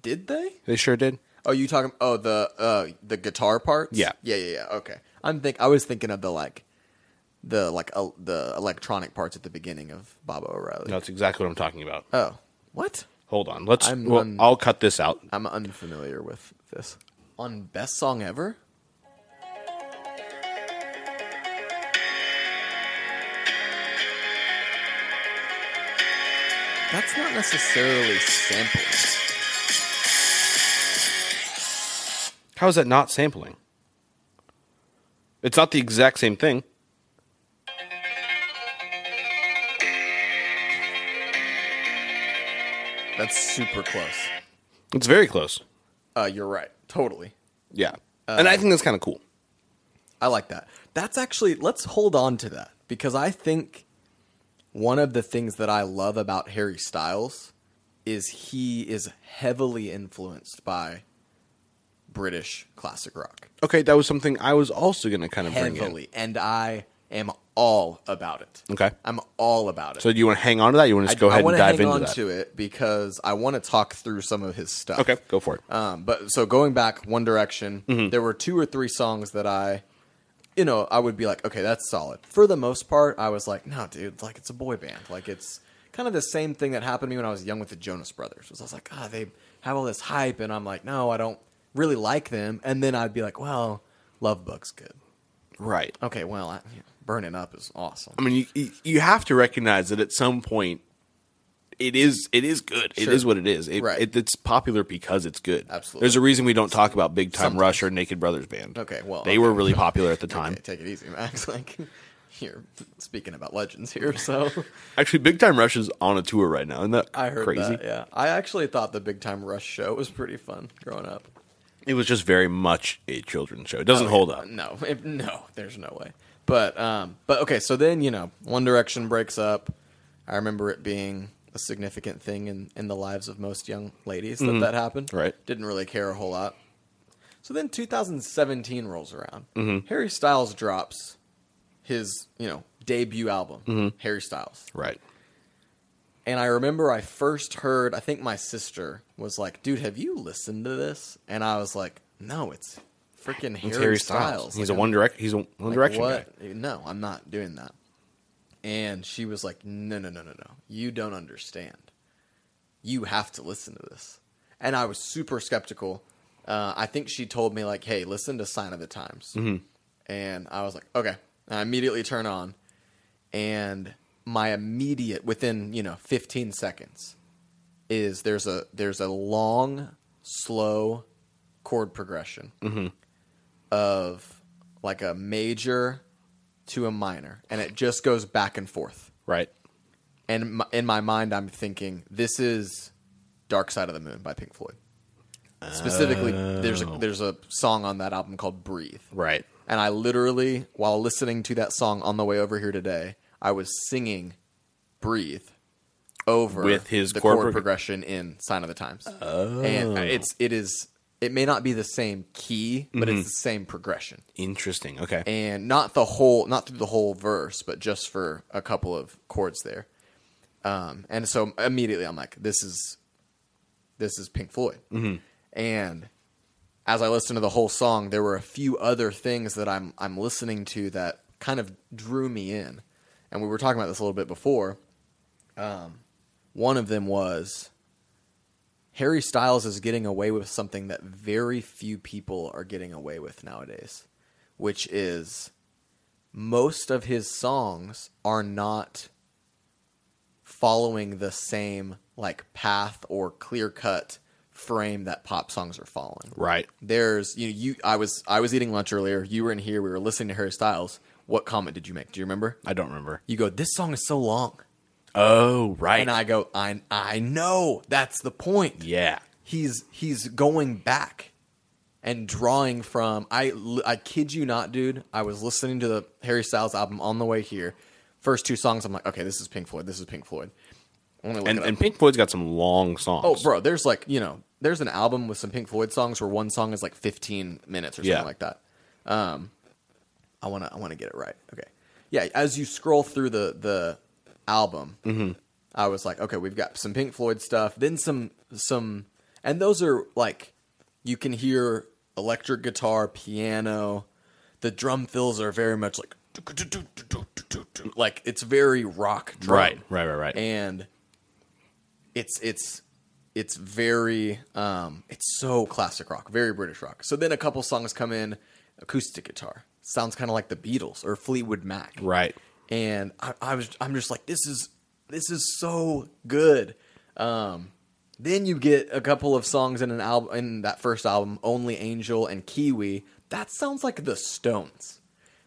[SPEAKER 1] Did they?
[SPEAKER 2] They sure did.
[SPEAKER 1] Oh, you talking? Oh, the uh, the guitar parts.
[SPEAKER 2] Yeah.
[SPEAKER 1] yeah, yeah, yeah. Okay, I'm think. I was thinking of the like, the like el- the electronic parts at the beginning of Baba O'Reilly.
[SPEAKER 2] That's exactly what I'm talking about.
[SPEAKER 1] Oh, what?
[SPEAKER 2] Hold on. Let's.
[SPEAKER 1] I'm
[SPEAKER 2] well,
[SPEAKER 1] un-
[SPEAKER 2] I'll cut this out.
[SPEAKER 1] I'm unfamiliar with this. On best song ever. That's not necessarily sampling.
[SPEAKER 2] How is that not sampling? It's not the exact same thing.
[SPEAKER 1] That's super close.
[SPEAKER 2] It's very close.
[SPEAKER 1] Uh, you're right. Totally.
[SPEAKER 2] Yeah, and I think that's kind of cool.
[SPEAKER 1] I like that. That's actually let's hold on to that because I think one of the things that I love about Harry Styles is he is heavily influenced by British classic rock.
[SPEAKER 2] Okay, that was something I was also going to kind of bring in.
[SPEAKER 1] Heavily, and I am all about it.
[SPEAKER 2] Okay.
[SPEAKER 1] I'm all about it.
[SPEAKER 2] So do you want to hang on to that? You want to just go ahead
[SPEAKER 1] wanna
[SPEAKER 2] and dive
[SPEAKER 1] hang
[SPEAKER 2] into
[SPEAKER 1] on
[SPEAKER 2] that?
[SPEAKER 1] to it because I want to talk through some of his stuff.
[SPEAKER 2] Okay, go for it.
[SPEAKER 1] Um, but so going back One Direction, there were two or three songs that I, you know, I would be like, okay, that's solid. For the most part, I was like, no, dude, like it's a boy band. Like it's kind of the same thing that happened to me when I was young with the Jonas Brothers. Was I was like, ah, they have all this hype, and I'm like, no, I don't really like them. And then I'd be like, well, Love Bug's good.
[SPEAKER 2] right.
[SPEAKER 1] Okay, well, I, Burning Up is awesome.
[SPEAKER 2] I mean, you- you you have to recognize that at some point, it is it is good. It
[SPEAKER 1] Sure.
[SPEAKER 2] is what it is. It,
[SPEAKER 1] Right.
[SPEAKER 2] it- it's popular because it's good.
[SPEAKER 1] Absolutely.
[SPEAKER 2] There's a reason we don't talk about Big Time Rush or Naked Brothers Band.
[SPEAKER 1] Okay, well,
[SPEAKER 2] they
[SPEAKER 1] okay.
[SPEAKER 2] were really popular at the time.
[SPEAKER 1] Okay, take it easy, Max. Like you're speaking about legends here, so
[SPEAKER 2] Actually, Big Time Rush is on a tour right now. Isn't that
[SPEAKER 1] I heard
[SPEAKER 2] crazy?
[SPEAKER 1] that. Yeah, I actually thought the Big Time Rush show was pretty fun growing up. Oh,
[SPEAKER 2] It was just very much a children's show. It doesn't hold up.
[SPEAKER 1] No, it, no, there's no way. But um, but okay, so then you know, One Direction breaks up. I remember it being a significant thing in in the lives of most young ladies that that happened.
[SPEAKER 2] Mm-hmm. Right.
[SPEAKER 1] Didn't really care a whole lot. So then 2017 rolls around.
[SPEAKER 2] Mm-hmm.
[SPEAKER 1] Harry Styles drops his you know debut album,
[SPEAKER 2] Mm-hmm.
[SPEAKER 1] Harry Styles.
[SPEAKER 2] Right.
[SPEAKER 1] And I remember I first heard, I think my sister was like, dude, have you listened to this? And I was like, no, it's freaking Harry,
[SPEAKER 2] It's
[SPEAKER 1] Styles.
[SPEAKER 2] He's
[SPEAKER 1] Like,
[SPEAKER 2] a One Direct. He's a One
[SPEAKER 1] like,
[SPEAKER 2] Direction guy.
[SPEAKER 1] what? No, I'm not doing that. And she was like, no, no, no, no, no. You don't understand. You have to listen to this. And I was super skeptical. Uh, I think she told me, like, hey, listen to Sign of the Times.
[SPEAKER 2] Mm-hmm.
[SPEAKER 1] And I was like, okay. And I immediately turn on. And my immediate, within, you know, 15 seconds, is there's a there's a long, slow chord progression of like a major to a minor, and it just goes back and forth.
[SPEAKER 2] Right.
[SPEAKER 1] And in my- in my mind, I'm thinking this is "Dark Side of the Moon" by Pink Floyd. Specifically, there's
[SPEAKER 2] Oh.
[SPEAKER 1] a, there's a song on that album called "Breathe,"
[SPEAKER 2] Right.
[SPEAKER 1] and I literally, while listening to that song on the way over here today, I was singing "Breathe" over
[SPEAKER 2] With his Oh.
[SPEAKER 1] the
[SPEAKER 2] chord
[SPEAKER 1] chord
[SPEAKER 2] prog-
[SPEAKER 1] progression in "Sign of the Times," and uh, it's it is it may not be the same key, but
[SPEAKER 2] Mm-hmm.
[SPEAKER 1] it's the same progression
[SPEAKER 2] Interesting. Okay.
[SPEAKER 1] and not the whole, not through the whole verse, but just for a couple of chords there. Um, and so immediately I'm like, this is, this is Pink Floyd. And as I listened to the whole song, there were a few other things that I'm I'm listening to that kind of drew me in. And we were talking about this a little bit before. Um, one of them was Harry Styles is getting away with something that very few people are getting away with nowadays, which is most of his songs are not following the same like path or clear cut frame that pop songs are following
[SPEAKER 2] right.
[SPEAKER 1] there's you know, you I was I was eating lunch earlier. You were in here. We were listening to Harry Styles. What comment did you make? Do you remember?
[SPEAKER 2] I don't remember.
[SPEAKER 1] You go. This song is so long,
[SPEAKER 2] Oh, right.
[SPEAKER 1] and I go. I I know that's the point.
[SPEAKER 2] yeah.
[SPEAKER 1] He's he's going back and drawing from. I l- I kid you not, dude. I was listening to the Harry Styles album on the way here. First two songs, I'm like, okay, this is Pink Floyd. This is Pink Floyd. Let me look
[SPEAKER 2] And
[SPEAKER 1] it up.
[SPEAKER 2] and Pink Floyd's got some long songs.
[SPEAKER 1] Oh, bro, there's like you know, there's an album with some Pink Floyd songs where one song is like 15 minutes or something
[SPEAKER 2] Yeah.
[SPEAKER 1] like that. Um, I wanna I wanna get it right. Okay, yeah. As you scroll through the the album,
[SPEAKER 2] Mm-hmm.
[SPEAKER 1] I was like, okay, we've got some Pink Floyd stuff, then some some, and those are like you can hear electric guitar, piano, the drum fills are very much like like it's very rock drum
[SPEAKER 2] Right. Right. Right. Right.
[SPEAKER 1] and it's it's it's very um it's so classic rock very british rock so then a couple songs come in acoustic guitar sounds kind of like the beatles or fleetwood mac
[SPEAKER 2] right.
[SPEAKER 1] and I, I was i'm just like this is this is so good um then you get a couple of songs in an album in that first album only angel and kiwi that sounds like the stones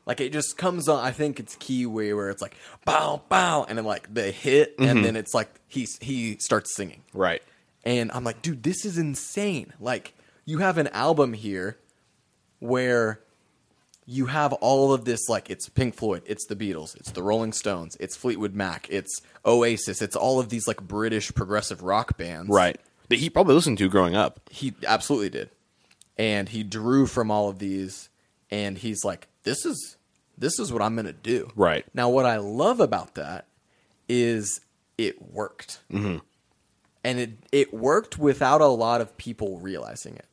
[SPEAKER 1] like it just comes on. I think it's Kiwi where it's like bow bow, and then like they hit, and then it's like he he starts singing,
[SPEAKER 2] Right.
[SPEAKER 1] and I'm like, dude, this is insane. Like you have an album here where you have all of this like it's Pink Floyd, it's the Beatles, it's the Rolling Stones, it's Fleetwood Mac, it's Oasis, it's all of these like British progressive rock bands,
[SPEAKER 2] Right. That he probably listened to growing up.
[SPEAKER 1] he absolutely did and he drew from all of these and he's like this is this is what i'm gonna do
[SPEAKER 2] Right.
[SPEAKER 1] now what i love about that is it worked and it it worked without a lot of people realizing it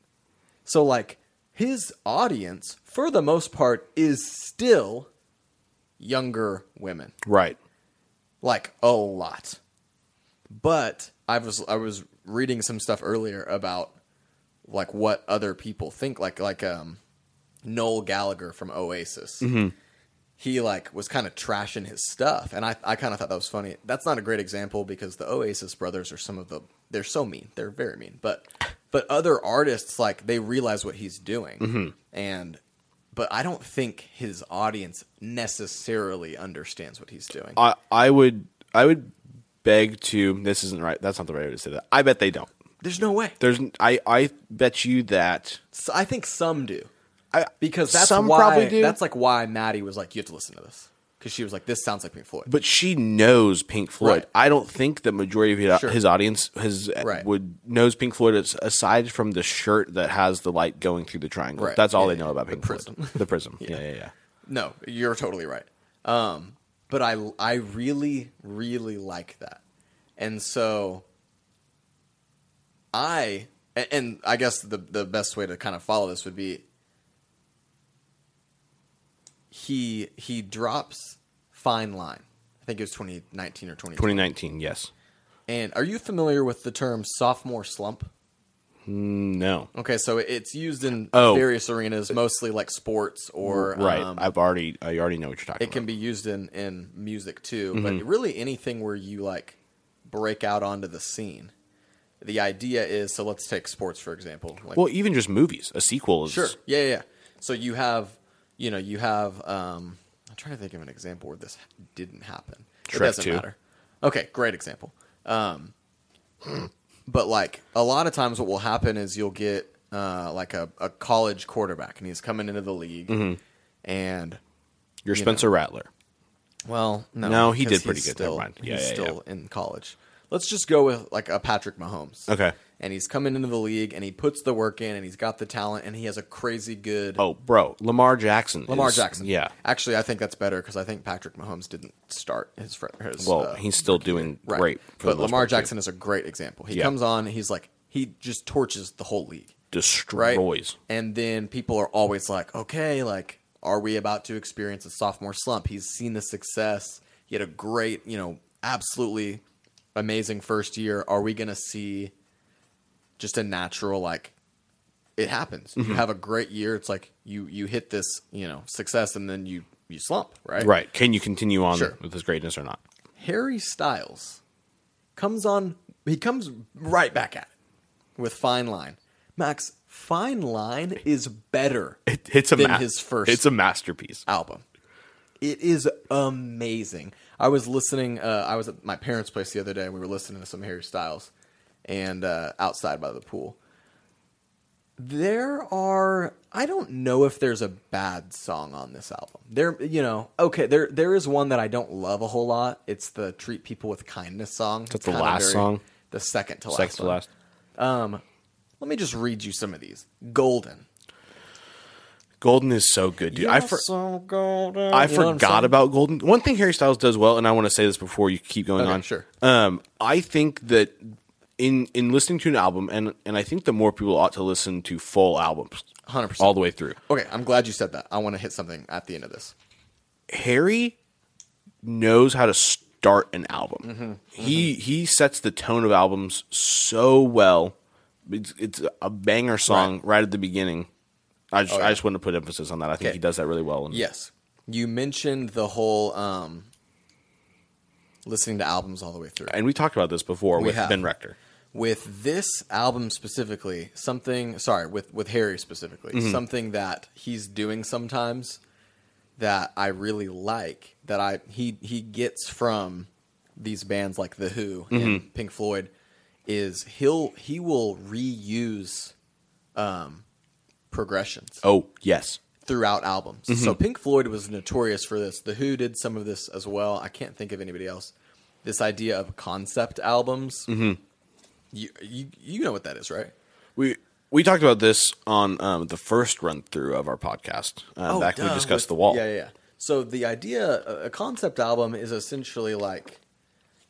[SPEAKER 1] so like his audience for the most part is still younger women
[SPEAKER 2] Right.
[SPEAKER 1] like a lot. But I was I was reading some stuff earlier about like what other people think like like um Noel Gallagher from Oasis. He like was kind of trashing his stuff and I I kind of thought that was funny. That's not a great example because the Oasis brothers are some of the they're so mean. They're very mean. But but other artists like they realize what he's doing and but I don't think his audience necessarily understands what he's doing.
[SPEAKER 2] I I would I would beg to. This isn't right. That's not the right way to say that. I bet they don't.
[SPEAKER 1] There's no way.
[SPEAKER 2] There's I I bet you that
[SPEAKER 1] S- I think some do.
[SPEAKER 2] I,
[SPEAKER 1] because that's
[SPEAKER 2] some
[SPEAKER 1] why
[SPEAKER 2] probably do.
[SPEAKER 1] that's like why Maddie was like, you have to listen to this because she was like, this sounds like Pink Floyd.
[SPEAKER 2] but she knows Pink Floyd.
[SPEAKER 1] Right.
[SPEAKER 2] I don't think the majority of his,
[SPEAKER 1] Sure.
[SPEAKER 2] his audience has
[SPEAKER 1] Right.
[SPEAKER 2] would knows Pink Floyd as, aside from the shirt that has the light going through the triangle.
[SPEAKER 1] Right.
[SPEAKER 2] That's all
[SPEAKER 1] Yeah,
[SPEAKER 2] they
[SPEAKER 1] yeah,
[SPEAKER 2] know about
[SPEAKER 1] the
[SPEAKER 2] Pink
[SPEAKER 1] prism.
[SPEAKER 2] Floyd. The prism. yeah. yeah, yeah,
[SPEAKER 1] No, you're totally right. Um, but I I really really like that, and so I and, and I guess the the best way to kind of follow this would be he he drops fine line. I think it was 2019 or 2020.
[SPEAKER 2] 2019. Yes.
[SPEAKER 1] And are you familiar with the term sophomore slump?
[SPEAKER 2] No.
[SPEAKER 1] Okay, so it's used in
[SPEAKER 2] Oh.
[SPEAKER 1] various arenas, mostly like sports or
[SPEAKER 2] right.
[SPEAKER 1] um,
[SPEAKER 2] I've already. I already know what you're talking
[SPEAKER 1] it can be used in in music too
[SPEAKER 2] Mm-hmm.
[SPEAKER 1] but really anything where you like break out onto the scene the idea is so let's take sports for example like
[SPEAKER 2] about. Well, even just movies. A sequel is
[SPEAKER 1] sure yeah, yeah yeah so you have you know you have um i'm trying to think of an example where this didn't happen it
[SPEAKER 2] Shrek
[SPEAKER 1] doesn't
[SPEAKER 2] 2.
[SPEAKER 1] matter okay great example um but like a lot of times what will happen is you'll get uh like a, a college quarterback and he's coming into the league
[SPEAKER 2] Mm-hmm.
[SPEAKER 1] and
[SPEAKER 2] You're Spencer Rattler.
[SPEAKER 1] well, no,
[SPEAKER 2] No, he
[SPEAKER 1] because
[SPEAKER 2] did pretty
[SPEAKER 1] he's
[SPEAKER 2] good. Never
[SPEAKER 1] Still,
[SPEAKER 2] mind. Yeah,
[SPEAKER 1] he's
[SPEAKER 2] yeah, yeah.
[SPEAKER 1] still in college. Let's just go with like a Patrick Mahomes.
[SPEAKER 2] Okay.
[SPEAKER 1] And he's coming into the league, and he puts the work in, and he's got the talent, and he has a crazy good
[SPEAKER 2] Oh, bro, Lamar Jackson.
[SPEAKER 1] Lamar
[SPEAKER 2] is-
[SPEAKER 1] Jackson.
[SPEAKER 2] Yeah.
[SPEAKER 1] Actually, I think that's better because I think Patrick Mahomes didn't start his fr- his.
[SPEAKER 2] Well,
[SPEAKER 1] uh,
[SPEAKER 2] he's still doing
[SPEAKER 1] right.
[SPEAKER 2] great.
[SPEAKER 1] But
[SPEAKER 2] For the most
[SPEAKER 1] Lamar
[SPEAKER 2] part, too.
[SPEAKER 1] Jackson is a great example. He
[SPEAKER 2] Yeah.
[SPEAKER 1] comes on, he's like he just torches the whole league right?
[SPEAKER 2] destroys.
[SPEAKER 1] And then people are always like, okay, like, are we about to experience a sophomore slump? He's seen the success. He had a great, you know, absolutely amazing first year. Are we going to see just a natural, like, it happens. You have a great year. It's like you you hit this, you know, success, and then you you slump, right?
[SPEAKER 2] Right. Can you continue on
[SPEAKER 1] Sure.
[SPEAKER 2] with his greatness or not?
[SPEAKER 1] Harry Styles comes on. He comes right back at it with Fine Line. Max, Fine Line is better
[SPEAKER 2] It, it's a
[SPEAKER 1] Than
[SPEAKER 2] ma-
[SPEAKER 1] his first.
[SPEAKER 2] It's a masterpiece.
[SPEAKER 1] album. It is amazing. I was listening. Uh, I was at my parents' place the other day, and we were listening to some Harry Styles, and uh, outside by the pool. There are. I don't know if there's a bad song on this album. There, you know, okay. There, there is one that I don't love a whole lot. It's the "Treat People with Kindness" song. That's
[SPEAKER 2] the last song?
[SPEAKER 1] The second to last.
[SPEAKER 2] Second to
[SPEAKER 1] one.
[SPEAKER 2] last.
[SPEAKER 1] Let me just read you some of these. Golden.
[SPEAKER 2] Golden is so good, dude. I for- I
[SPEAKER 1] You know what I'm saying?
[SPEAKER 2] forgot about Golden. One thing Harry Styles does well, and I want to say this before you keep going
[SPEAKER 1] Okay,
[SPEAKER 2] on.
[SPEAKER 1] sure.
[SPEAKER 2] Um, I think that in in listening to an album, and and I think that more people ought to listen to full albums,
[SPEAKER 1] 100%.
[SPEAKER 2] all the way through.
[SPEAKER 1] Okay, I'm glad you said that. I want to hit something at the end of this.
[SPEAKER 2] Harry knows how to start an album. He he sets the tone of albums so well. It's, it's a banger song right. Oh, at the beginning. I just, I just wanted to put emphasis on that. I think
[SPEAKER 1] Okay.
[SPEAKER 2] he does that really well. And
[SPEAKER 1] Yes. You mentioned the whole um, listening to albums all the way through.
[SPEAKER 2] and we talked about this before with
[SPEAKER 1] have.
[SPEAKER 2] Ben Rector.
[SPEAKER 1] With this album specifically, something, sorry, with, with Harry specifically, something that he's doing sometimes that I really like that I he he gets from these bands like The Who and Pink Floyd is he'll he will reuse um, progressions.
[SPEAKER 2] Oh yes,
[SPEAKER 1] throughout albums. So
[SPEAKER 2] Mm-hmm.
[SPEAKER 1] Pink Floyd was notorious for this. The Who did some of this as well. I can't think of anybody else. This idea of concept albums.
[SPEAKER 2] Mm-hmm.
[SPEAKER 1] You, you you know what that is, right?
[SPEAKER 2] we we talked about this on um, the first run through of our podcast uh, back when
[SPEAKER 1] duh,
[SPEAKER 2] we discussed
[SPEAKER 1] with-
[SPEAKER 2] the wall.
[SPEAKER 1] Yeah, yeah, yeah. So the idea, a a concept album is essentially like,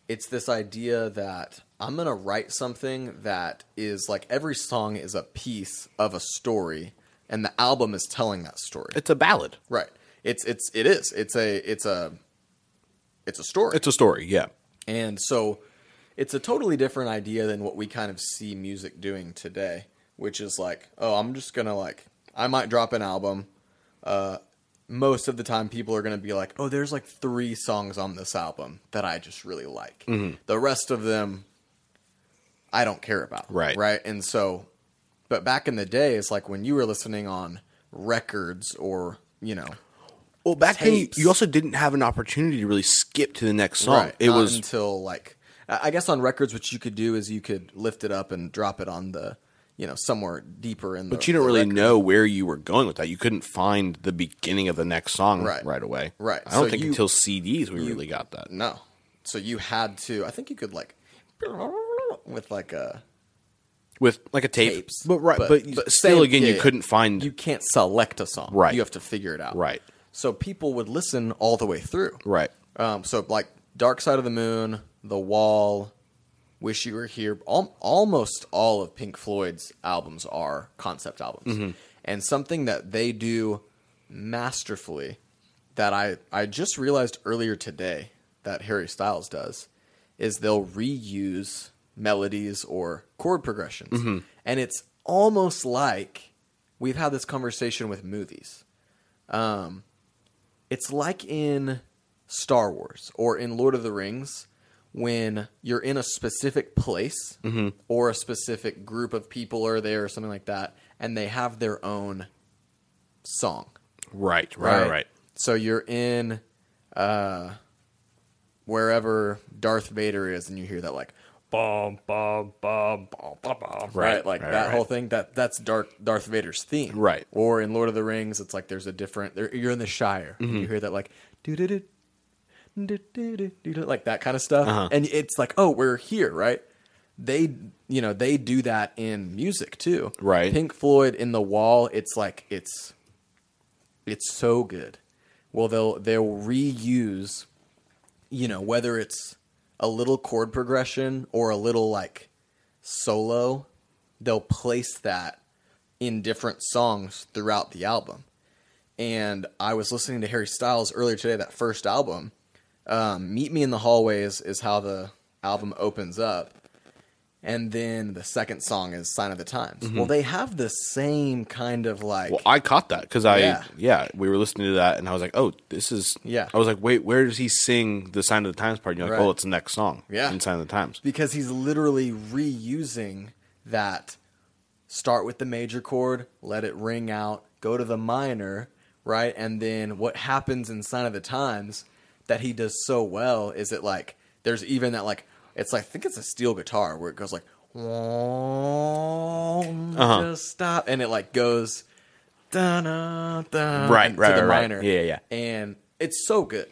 [SPEAKER 1] it's this idea that I'm gonna write something that is like every song is a piece of a story, and the album is telling that story.
[SPEAKER 2] It's a ballad.
[SPEAKER 1] Right. It's it's it is. It's a it's a it's a story.
[SPEAKER 2] It's a story. Yeah,
[SPEAKER 1] and so it's a totally different idea than what we kind of see music doing today, which is like, oh, I'm just going to like I might drop an album. Uh most of the time people are going to be like, "Oh, there's like 3 songs on this album that I just really like.
[SPEAKER 2] Mm-hmm.
[SPEAKER 1] The rest of them I don't care about."
[SPEAKER 2] Right.
[SPEAKER 1] Right? And so but back in the day, it's like when you were listening on records or, you know,
[SPEAKER 2] Well, back then you,
[SPEAKER 1] Tapes.
[SPEAKER 2] you also didn't have an opportunity to really skip to the next song. It
[SPEAKER 1] Not
[SPEAKER 2] was
[SPEAKER 1] until like I I guess on records, what you could do is you could lift it up and drop it on the you know, somewhere deeper in the.
[SPEAKER 2] But you don't
[SPEAKER 1] the
[SPEAKER 2] really
[SPEAKER 1] record.
[SPEAKER 2] know where you were going with that. You couldn't find the beginning of the next song
[SPEAKER 1] Right.
[SPEAKER 2] right, away.
[SPEAKER 1] Right.
[SPEAKER 2] I don't
[SPEAKER 1] So
[SPEAKER 2] think
[SPEAKER 1] you-
[SPEAKER 2] until CDs we really got that.
[SPEAKER 1] No. So you had to. I think you could like with like a
[SPEAKER 2] With like a tape.
[SPEAKER 1] Tapes.
[SPEAKER 2] But right
[SPEAKER 1] But-
[SPEAKER 2] but,
[SPEAKER 1] but
[SPEAKER 2] still
[SPEAKER 1] same-
[SPEAKER 2] again
[SPEAKER 1] yeah,
[SPEAKER 2] you
[SPEAKER 1] yeah.
[SPEAKER 2] couldn't find
[SPEAKER 1] you can't select a song.
[SPEAKER 2] Right.
[SPEAKER 1] You have to figure it out.
[SPEAKER 2] Right.
[SPEAKER 1] So people would listen all the way through.
[SPEAKER 2] Right.
[SPEAKER 1] Um, so like Dark Side of the Moon, The Wall, Wish You Were Here. Al- almost all of Pink Floyd's albums are concept albums, and something that they do masterfully that I I just realized earlier today that Harry Styles does is they'll reuse melodies or chord progressions, and it's almost like we've had this conversation with movies it's like in Star Wars or in Lord of the Rings when you're in a specific place or a specific group of people are there or something like that, and they have their own song.
[SPEAKER 2] Right. Right. Right.
[SPEAKER 1] So you're in uh, wherever Darth Vader is, and you hear that like
[SPEAKER 3] Bum, bum, bum, bum, bum, bum.
[SPEAKER 1] right,
[SPEAKER 2] Right,
[SPEAKER 1] like
[SPEAKER 2] right,
[SPEAKER 1] that
[SPEAKER 2] right.
[SPEAKER 1] whole thing. That that's Darth Darth Vader's theme,
[SPEAKER 2] Right.
[SPEAKER 1] Or in Lord of the Rings, it's like there's a different. there- You're in the Shire,
[SPEAKER 2] Mm-hmm.
[SPEAKER 1] and you hear that like do do do do do do like that kind of stuff, and it's like oh we're here, right? They you know they do that in music too,
[SPEAKER 2] Right.
[SPEAKER 1] Pink Floyd in the Wall, it's like it's it's so good. Well, they'll they'll reuse, you know, whether it's a little chord progression or a little like solo, they'll place that in different songs throughout the album. And I was listening to Harry Styles earlier today, that first album. Um, Meet Me in the Hallways is how the album opens up. And then the second song is Sign of the Times. Well, they have the same kind of like.
[SPEAKER 2] Well, I caught that because I
[SPEAKER 1] Yeah.
[SPEAKER 2] yeah. we were listening to that and I was like, oh, this is
[SPEAKER 1] Yeah.
[SPEAKER 2] I was like, wait, where does he sing the sign of the times part? And you're like,
[SPEAKER 1] Right.
[SPEAKER 2] oh, it's the next song.
[SPEAKER 1] Yeah.
[SPEAKER 2] in sign of the times.
[SPEAKER 1] because he's literally reusing that start with the major chord, let it ring out, go to the minor, right? And then what happens in Sign of the Times that he does so well is it like there's even that like it's like I think it's a steel guitar where it goes like just stop and it like goes da-na, da,
[SPEAKER 2] Right,
[SPEAKER 1] and
[SPEAKER 2] right,
[SPEAKER 1] to the
[SPEAKER 2] right, right.
[SPEAKER 1] minor.
[SPEAKER 2] Yeah, yeah.
[SPEAKER 1] And it's so good.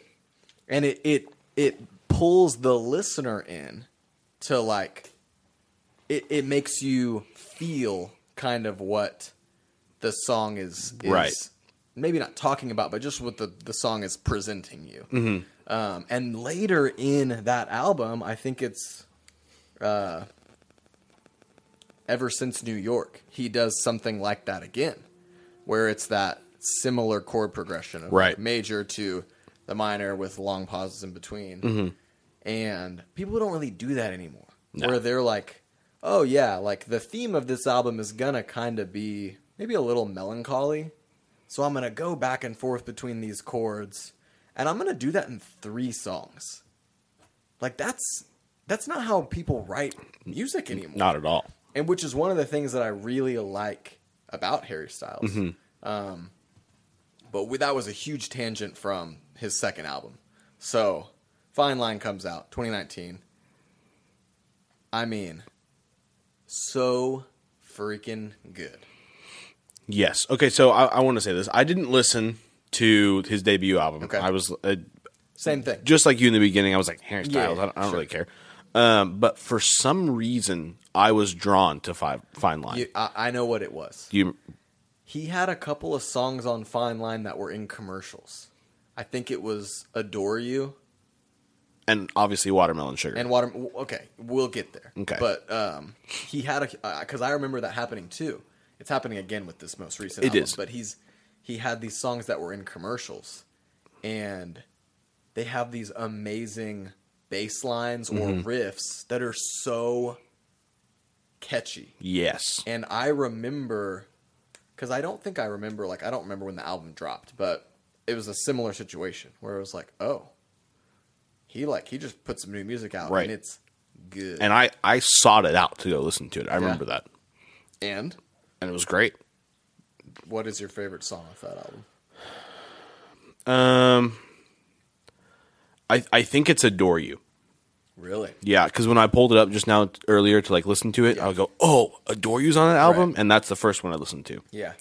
[SPEAKER 1] And it it it pulls the listener in to like it, it makes you feel kind of what the song is, is
[SPEAKER 2] Right.
[SPEAKER 1] maybe not talking about but just what the, the song is presenting you
[SPEAKER 2] Mm-hmm.
[SPEAKER 1] um, and later in that album i think it's uh, ever since new york he does something like that again where it's that similar chord progression of
[SPEAKER 2] Right.
[SPEAKER 1] major to the minor with long pauses in between and people don't really do that anymore where they're like oh yeah like the theme of this album is gonna kind of be maybe a little melancholy so i'm gonna go back and forth between these chords and i'm gonna do that in three songs like that's that's not how people write music anymore
[SPEAKER 2] Not at all.
[SPEAKER 1] and which is one of the things that I really like about Harry Styles. Um, but we, that was a huge tangent from his second album. So, Fine Line comes out 2019. I mean, so freaking good.
[SPEAKER 2] Yes. Okay. So I, I want to say this. I didn't listen to his debut album.
[SPEAKER 1] Okay.
[SPEAKER 2] I was uh,
[SPEAKER 1] Same thing.
[SPEAKER 2] just like you in the beginning. I was like Harry
[SPEAKER 1] Yeah,
[SPEAKER 2] Styles. I don't, I don't
[SPEAKER 1] sure.
[SPEAKER 2] really care. Um, but for some reason, I was drawn to five, Fine Line.
[SPEAKER 1] You- I, I know what it was.
[SPEAKER 2] you
[SPEAKER 1] He had a couple of songs on Fine Line that were in commercials. I think it was Adore You
[SPEAKER 2] and obviously watermelon sugar.
[SPEAKER 1] And water. Okay, we'll get there.
[SPEAKER 2] Okay.
[SPEAKER 1] but um, he had a because I remember that happening too. It's happening again with this most recent.
[SPEAKER 2] It
[SPEAKER 1] album,
[SPEAKER 2] is.
[SPEAKER 1] but he's he had these songs that were in commercials, and they have these amazing bass lines or
[SPEAKER 2] Mm-hmm.
[SPEAKER 1] riffs that are so catchy.
[SPEAKER 2] yes.
[SPEAKER 1] And I remember, because I don't think I remember, like, I don't remember when the album dropped, but it was a similar situation where it was like, oh, he, like, he just put some new music out
[SPEAKER 2] Right.
[SPEAKER 1] and it's good.
[SPEAKER 2] And I I sought it out to go listen to it. I remember that,
[SPEAKER 1] And
[SPEAKER 2] and it was great.
[SPEAKER 1] what is your favorite song off that album?
[SPEAKER 2] Um, I I think it's adore you.
[SPEAKER 1] Really?
[SPEAKER 2] Yeah, because when I pulled it up just now t- earlier to like listen to it, I would go, "Oh, Adore You's on that album,"
[SPEAKER 1] Right.
[SPEAKER 2] and that's the first one I listened to.
[SPEAKER 1] Yeah.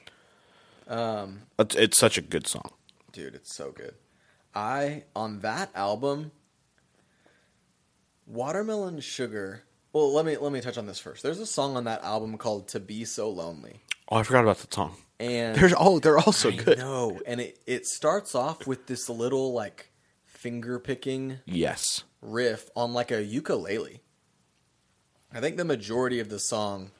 [SPEAKER 2] It's, it's such a good song.
[SPEAKER 1] Dude, it's so good. I on that album Watermelon Sugar. Well, let me let me touch on this first. There's a song on that album called To Be So Lonely.
[SPEAKER 2] Oh, I forgot about the song.
[SPEAKER 1] And
[SPEAKER 2] There's oh, they're all so good.
[SPEAKER 1] No, and it it starts off with this little like finger picking
[SPEAKER 2] Yes,
[SPEAKER 1] riff on like a ukulele. I think the majority of the song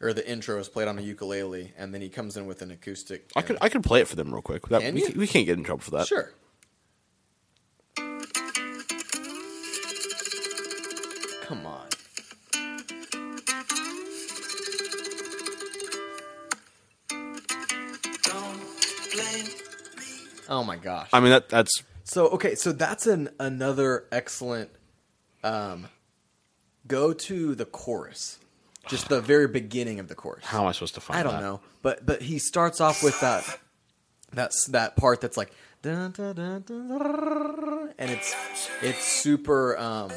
[SPEAKER 1] or the intro is played on a ukulele, and then he comes in with an acoustic.
[SPEAKER 2] I could I could play it for them real quick. That,
[SPEAKER 1] Can
[SPEAKER 2] we,
[SPEAKER 1] you?
[SPEAKER 2] ca- we can't get in trouble for that.
[SPEAKER 1] sure. Come on. Oh my gosh.
[SPEAKER 2] I mean that that's
[SPEAKER 1] So okay, so that's an another excellent. Um, go to the chorus, just the very beginning of the chorus.
[SPEAKER 2] how am I supposed to find?
[SPEAKER 1] I don't
[SPEAKER 2] that?
[SPEAKER 1] know, but but he starts off with that that's that part that's like dun, dun, dun, dun, dun, and it's it's super um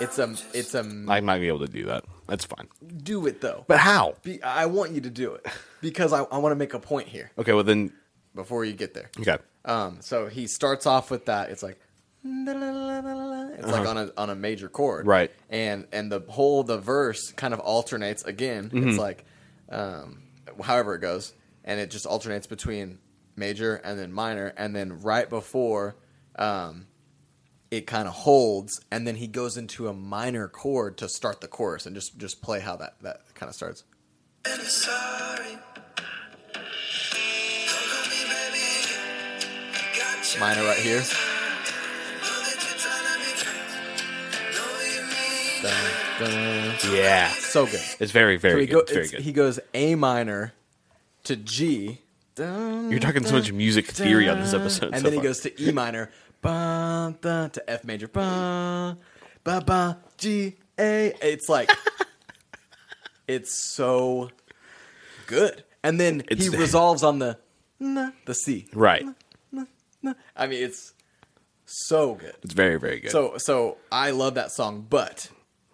[SPEAKER 1] it's a it's a
[SPEAKER 2] I might be able to do that. That's fine.
[SPEAKER 1] do it though.
[SPEAKER 2] But how?
[SPEAKER 1] Be, I want you to do it because I I want to make a point here
[SPEAKER 2] Okay, well then.
[SPEAKER 1] before you get there.
[SPEAKER 2] Okay.
[SPEAKER 1] Um, so he starts off with that. It's like it's like on a on a major chord,
[SPEAKER 2] Right.
[SPEAKER 1] And and the whole the verse kind of alternates again. It's like, um, however it goes, and it just alternates between major and then minor, and then right before, um, it kind of holds, and then he goes into a minor chord to start the chorus, and just just play how that that kind of starts. Minor right here. Dun, dun.
[SPEAKER 2] Yeah,
[SPEAKER 1] So good.
[SPEAKER 2] it's very
[SPEAKER 1] So
[SPEAKER 2] very
[SPEAKER 1] he,
[SPEAKER 2] good.
[SPEAKER 1] go-
[SPEAKER 2] It's very
[SPEAKER 1] it's-
[SPEAKER 2] good.
[SPEAKER 1] he goes A minor to G. Dun,
[SPEAKER 2] You're talking so much music theory on this episode.
[SPEAKER 1] and
[SPEAKER 2] so
[SPEAKER 1] then he
[SPEAKER 2] far.
[SPEAKER 1] goes to E minor, ba, da, to F major, ba, ba, ba, G, A. It's like, it's so good. And then
[SPEAKER 2] It's-
[SPEAKER 1] he resolves on the na, the C.
[SPEAKER 2] right.
[SPEAKER 1] I mean, it's so good.
[SPEAKER 2] It's very very good.
[SPEAKER 1] So, so I love that song, but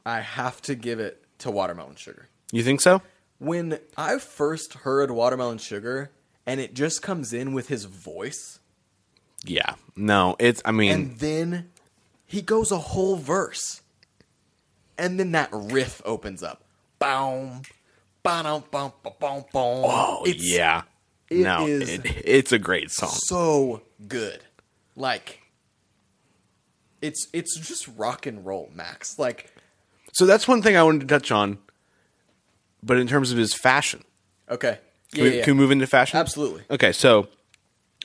[SPEAKER 1] I have to give it to Watermelon Sugar.
[SPEAKER 2] you think so?
[SPEAKER 1] When I first heard Watermelon Sugar, and it just comes in with his voice.
[SPEAKER 2] Yeah. No, it's. I mean,
[SPEAKER 1] and then he goes a whole verse, and then that riff opens up. Boom, boom, boom, boom, boom.
[SPEAKER 2] Oh yeah,
[SPEAKER 1] it
[SPEAKER 2] no,
[SPEAKER 1] is-
[SPEAKER 2] it, it's a great song.
[SPEAKER 1] so good. Like, it's it's just rock and roll, Max. Like,
[SPEAKER 2] So that's one thing I wanted to touch on. But in terms of his fashion,
[SPEAKER 1] okay,
[SPEAKER 2] can,
[SPEAKER 1] yeah,
[SPEAKER 2] we,
[SPEAKER 1] yeah.
[SPEAKER 2] can we move into fashion?
[SPEAKER 1] Absolutely.
[SPEAKER 2] Okay, so